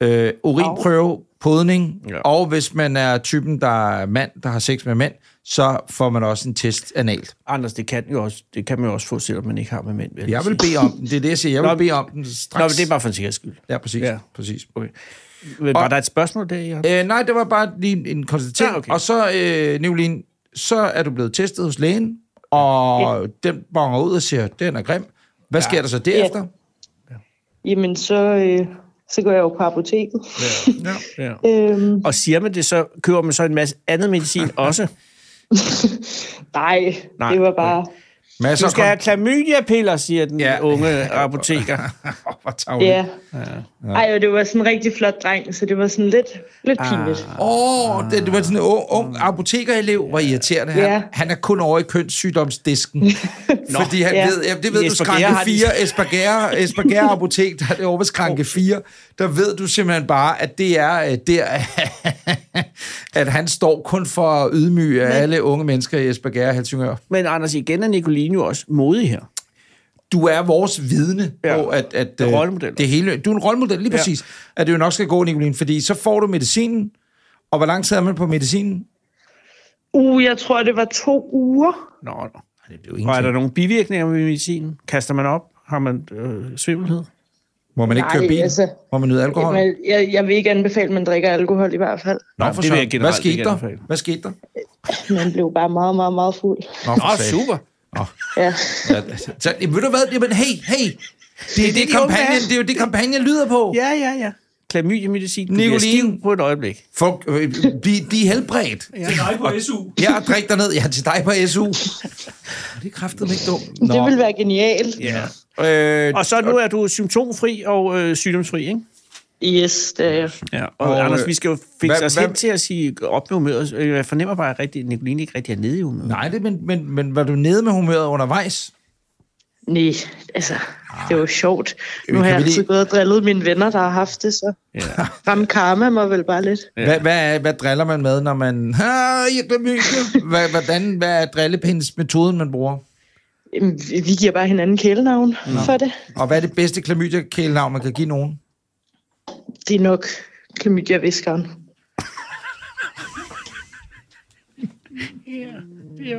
Øh, urinprøve, podning, Ja. ja. og hvis man er typen, der er mand, der har sex med mænd, så får man også en test analt. Anders, det kan, jo også, det kan man jo også få, selvom man ikke har med mænd. Vel? Jeg vil bede om den, det er det, jeg siger, jeg vil bede om den straks. Nå, men det er bare for en sikkerheds skyld. Ja, præcis. Ja. Ja. præcis. Okay. Var Og- der et spørgsmål der, Jørgen? Øh, nej, det var bare lige en konstatering. Ja, Ja, okay. Ah, okay. Og så, øh, Nicolien, så er du blevet testet hos lægen, og ja. den bonger ud og siger, den er grim. Hvad ja. sker der så derefter? Jamen, så, øh, så går jeg jo på apoteket. Ja. Ja. [LAUGHS] Øhm, Og siger man det, så køber man så en masse andet medicin også. nej, Nej, nej, det var bare... Masser Du skal have af... klamydia-piller, siger den Ja. ja. unge apoteker. [LAUGHS] Åh, hvor tavligt. Ja. ja. Ah. Ej, og det var sådan en rigtig flot dreng, så det var sådan lidt, lidt pinligt. Åh, Ah. oh, det, det var sådan en ung, Mm. ung apotekerelev, var irriterende. Han, Ja. han er kun over i [LAUGHS] kønssygdomsdisken. fordi han ja. ved, ja, det ved I du, Espergærde skranke har de- 4, Espargera, Espargera Apotek, der er det over ved skranke 4, der ved du simpelthen bare, at det er øh, der, [LAUGHS] at han står kun for at ydmyge Men... alle unge mennesker i Espargera Helsingør. Men Anders, igen er Nicoline jo også modig her. Du er vores vidne ja. Ja. på, at, at er øh, rollemodeller. det hele... Du er en rollemodel, lige Ja. præcis. Ja. At det jo nok skal gå, Nicoline, fordi så får du medicinen, og hvor lang tid er man på medicinen? Uh, jeg tror, det var to uger. Nå, nå. Det blev Og er der nogle bivirkninger ved medicinen? Kaster man op? Har man øh, svimmelhed? Må man ikke Nej, køre bil? altså- Må man nyde alkohol? Jamen, jeg, jeg vil ikke anbefale, at man drikker alkohol i hvert fald. Nå, Jamen, for det vil søren. jeg generelt Hvad skete ikke der? anbefale. Hvad skete der? Man blev bare meget, meget, meget fuld. Nå, Åh, super. Ja. [LAUGHS] Ja, så, jamen, ved du hvad? Jamen, hey, hey! Det er det, det, det, de unge kampagnen, er. det er jo det, kampagnen lyder på. Ja, ja, ja. Klamydia-medicin. Du bliver Nicoline. stiv på et øjeblik. Folk, øh, de, de er helbredt. Ja. Til dig på SU. Jeg drik dig ned. Ja, til dig på SU. Det er kraftet ikke dumt. Det ville være genialt. Ja. Øh, Og så nu er du symptomfri og øh, sygdomsfri, ikke? Yes, det er jeg. Ja, og, Og, og Anders, øh, vi skal jo fikse hvad- os hen hvad- til at sige op med humøret. Øh, Jeg fornemmer bare, at rigtig, Nicoline ikke rigtig er nede i humøret. nej, det, men, men, men var du nede med humøret undervejs? Nej, altså, det var sjovt. Ah. Nu kan har jeg vi altid lige- gået og drillet mine venner, der har haft det, så Ja. ramme karma mig vel bare lidt. Ja. Hvad, hvad, er- hvad driller man med, når man... Ah, jeg glemmer hvad, hvordan, hvad er drillepindsmetoden, man bruger? Jamen, vi- Vi giver bare hinanden kælenavn for det. Og hvad er det bedste klamydia-kælenavn, man kan give nogen? Det er nok klamydia-viskeren. Ja.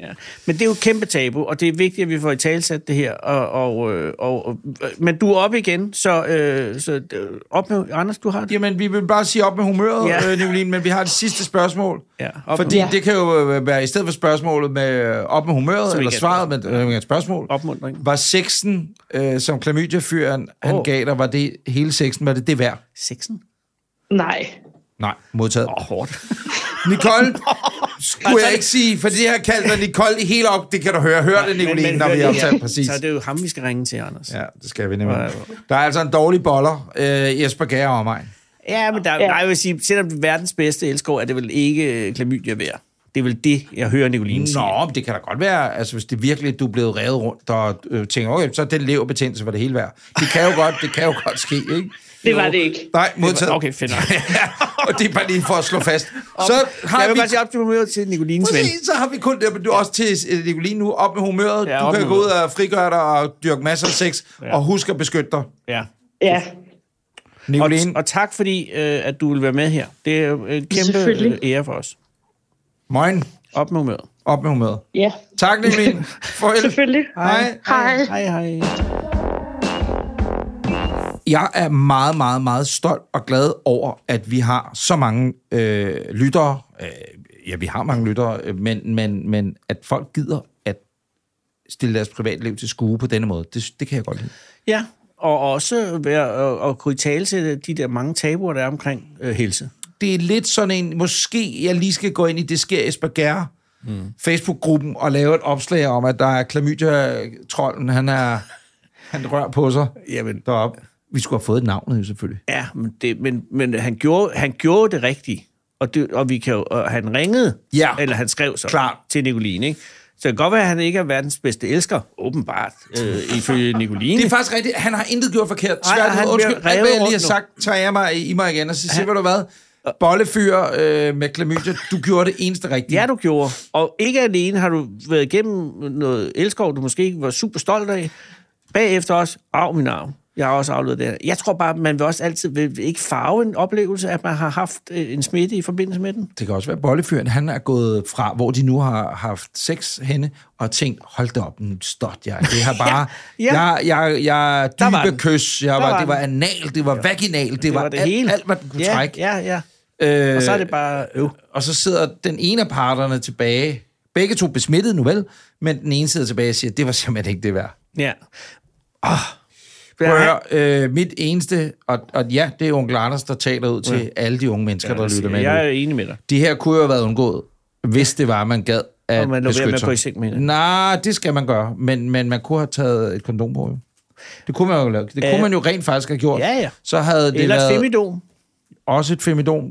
Ja. Men det er jo et kæmpe tabu, og det er vigtigt, at vi får i talsat det her. Og, og, øh, og, og, men du er op igen, så, øh, så øh, op med... Anders, du har det? Jamen, vi vil bare sige op med humøret, ja. Ja. øh, Nicoline, men vi har det sidste spørgsmål. Ja, op Fordi med- ja. det kan jo øh, være, i stedet for spørgsmålet med øh, op med humøret, Som eller ikke er et svaret med øh, et spørgsmål, Opmundring. var sexen, øh, som klamydia-fyren han Åh. gav dig, var det hele sexen, var det det værd? Sexen? Nej. Nej, modtaget. Åh, oh, hårdt. Nicole, [LAUGHS] skulle jeg ikke sige, for det her kaldte dig Nicole helt op, det kan du høre. Hør det, Nicoline, når vi har optaget præcis. Så er det jo ham, vi skal ringe til, Anders. Ja, Ja, det skal vi nemlig. Der er altså en dårlig boller, øh, Jesper Gær og mig. ja men der, ja. Nej, jeg vil sige, selvom det er verdens bedste elskov, er det vel ikke øh, klamydia værd. Det er vel det, jeg hører Nicoline sige. Nå, men det kan da godt være, altså hvis det virkelig, du er blevet revet rundt og øh, tænker, okay, så er den leverbetændelse var det hele værd. Det kan jo [LAUGHS] godt, det kan jo godt ske, ikke? Det var det ikke. Nej, modtaget. [LAUGHS] Okay, fedt nok. og det er bare lige for at slå fast. [LAUGHS] Så Jeg har vil vi... bare sige op til humøret til Nicolines ven. Præcis, så har vi kun... Ja, men du er også til øh, Nicoline nu. Op med humøret. Ja, du op kan med gå ud og frigøre dig og dyrke masser af sex. Ja. Og husk at beskytte dig. Ja. Ja, Nicoline, Og, og tak fordi, øh, at du vil være med her. Det er jo en kæmpe øh, Selvfølgelig. ære for os. morgen. Op med humøret. Op med humøret. ja. Tak, [LAUGHS] Nicoline. Farvel. Selvfølgelig. Hej. Hej. Hej, hej. jeg er meget, meget, meget stolt og glad over, at vi har så mange øh, lyttere. Øh, ja, vi har mange lyttere, øh, men, men, men at folk gider at stille deres privatliv til skue på denne måde, det, det kan jeg godt lide. Ja, og også være, og, og kunne tale til de der mange tabuer, der er omkring øh, helse. Det er lidt sådan en, måske jeg lige skal gå ind i Det sker Esper Gerre, mm. Facebook-gruppen, og lave et opslag om, at der er klamydia-trollen, han er... Han rører på sig Jamen. deroppe. Vi skulle have fået navnet jo selvfølgelig. Ja, men, det, men, men han, gjorde, han gjorde det rigtigt. Og, det, og, vi kan jo, og han ringede, Ja. eller han skrev så Klart. til Nicoline. Ikke? Så det kan godt være, at han ikke er verdens bedste elsker, åbenbart, øh, ifølge Nicoline. [LAUGHS] Det er faktisk rigtigt. Han har intet gjort forkert. Nej, Svært, og han han undskyld, alt bliver hvad revet jeg lige har rundt nu. sagt, tager jeg mig i mig igen, og så siger, ved du hvad, bollefyr øh, med klamydia, du gjorde det eneste rigtige. Ja, du gjorde. Og ikke alene har du været igennem noget elskov, du måske ikke var super stolt af. Bagefter også, af min arm. Jeg har også afledt det her. Jeg tror bare, man vil også altid vil vil ikke farve en oplevelse, at man har haft øh, en smitte i forbindelse med den. Det kan også være, at bollefyren han er gået fra, hvor de nu har haft sex henne, og har tænkt, hold da op, nu stot jeg. Det har bare, [LAUGHS] Ja, ja, ja. Jeg, jeg, jeg Der var dybe den. kys, jeg Der var, var det var den. anal, det var vaginal, det, det var, var det alt, hele. alt, hvad den kunne ja, trække. Ja, ja. Øh, Og så er det bare... Øh. og så sidder den ene af parterne tilbage, begge to besmittet nu vel, men den ene sidder tilbage og siger, det var simpelthen ikke det værd. Ja. Ah. Prøv at Ja. høre, øh, mit eneste, og, og ja, det er onkel Anders, der taler ud til alle de unge mennesker, der lytter med nu. Jeg er enig med dig. Det her kunne jo have været undgået, hvis det var, man gad at Og man lå ved med beskytte at gå i sig. seng med hinanden. Nej, det skal man gøre, men, men man kunne have taget et kondom på. jo. Det kunne man jo, lave. det kunne man jo rent faktisk have Øh, gjort. Ja, ja. Så havde det Eller et været femidom. også et femidom.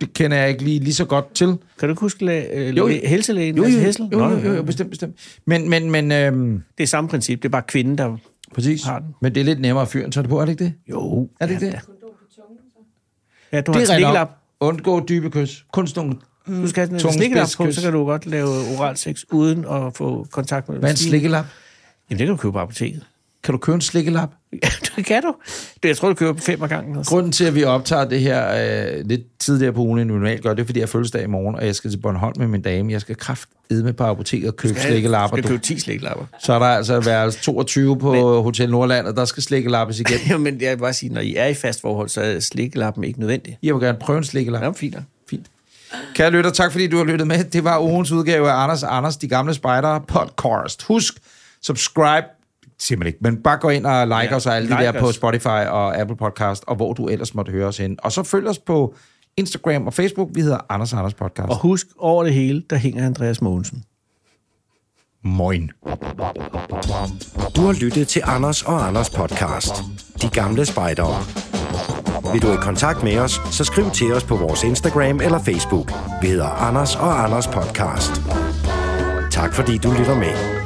Det kender jeg ikke lige, lige så godt til. Kan du ikke huske la- øh, Jo, jo, jo. helselægen? Jo, jo, Lasse jo, Hessel? jo, Nå, jo, jo, jo bestemt, bestemt. Men, men, men, øhm, Det er samme princip. Det er bare kvinden, der... præcis. Har den. Men det er lidt nemmere at fyre en sådan på, er det ikke det? Jo. Er det ikke det? Ja, du har Det en er rigtigt. nok. snikkelap. Undgå dybe kys. Kunst nogle... Du skal have sådan en Tungens slikkelap på, bedste så kys. kan du godt lave oral sex uden at få kontakt med Hvad er en maskinen. slikkelap? Jamen, det kan du købe på apoteket. Kan du købe en slikkelap? Ja, [LAUGHS] det kan du. Det, jeg tror, du køber fem af gangen. Altså. Grunden til, at vi optager det her øh, lidt tidligere på ugen, end vi normalt gør, det er, fordi jeg har fødselsdag i morgen, og jeg skal til Bornholm med min dame. Jeg skal kraftedme på apoteket og købe slikkelapper. Du Du. kan købe 10 slikkelapper. [LAUGHS] Så er der altså værelse 22 på Men. Hotel Nordland, og der skal slikkelappes igen. Jamen, jeg vil bare sige, når I er i fast forhold, så er slikkelappen ikke nødvendig. Jeg vil gerne prøve en slikkelappe. Jamen, fint. nok. Fint. Kære lytter, tak fordi du har lyttet med. Det var ugens udgave af Anders og Anders, de gamle spejdere podcast. Husk, subscribe, simpelthen ikke, men bare gå ind og like Ja, ja, os og alle like like de der på os. Spotify og Apple Podcast, og hvor du ellers måtte høre os hen. Og så følg os på Instagram og Facebook. Vi hedder Anders og Anders Podcast. Og husk, over det hele, der hænger Andreas Mogensen. moin. Du har lyttet til Anders og Anders podcast. De gamle spejdere. Vil du i kontakt med os, så skriv til os på vores Instagram eller Facebook. Vi hedder Anders og Anders podcast. Tak fordi du lytter med.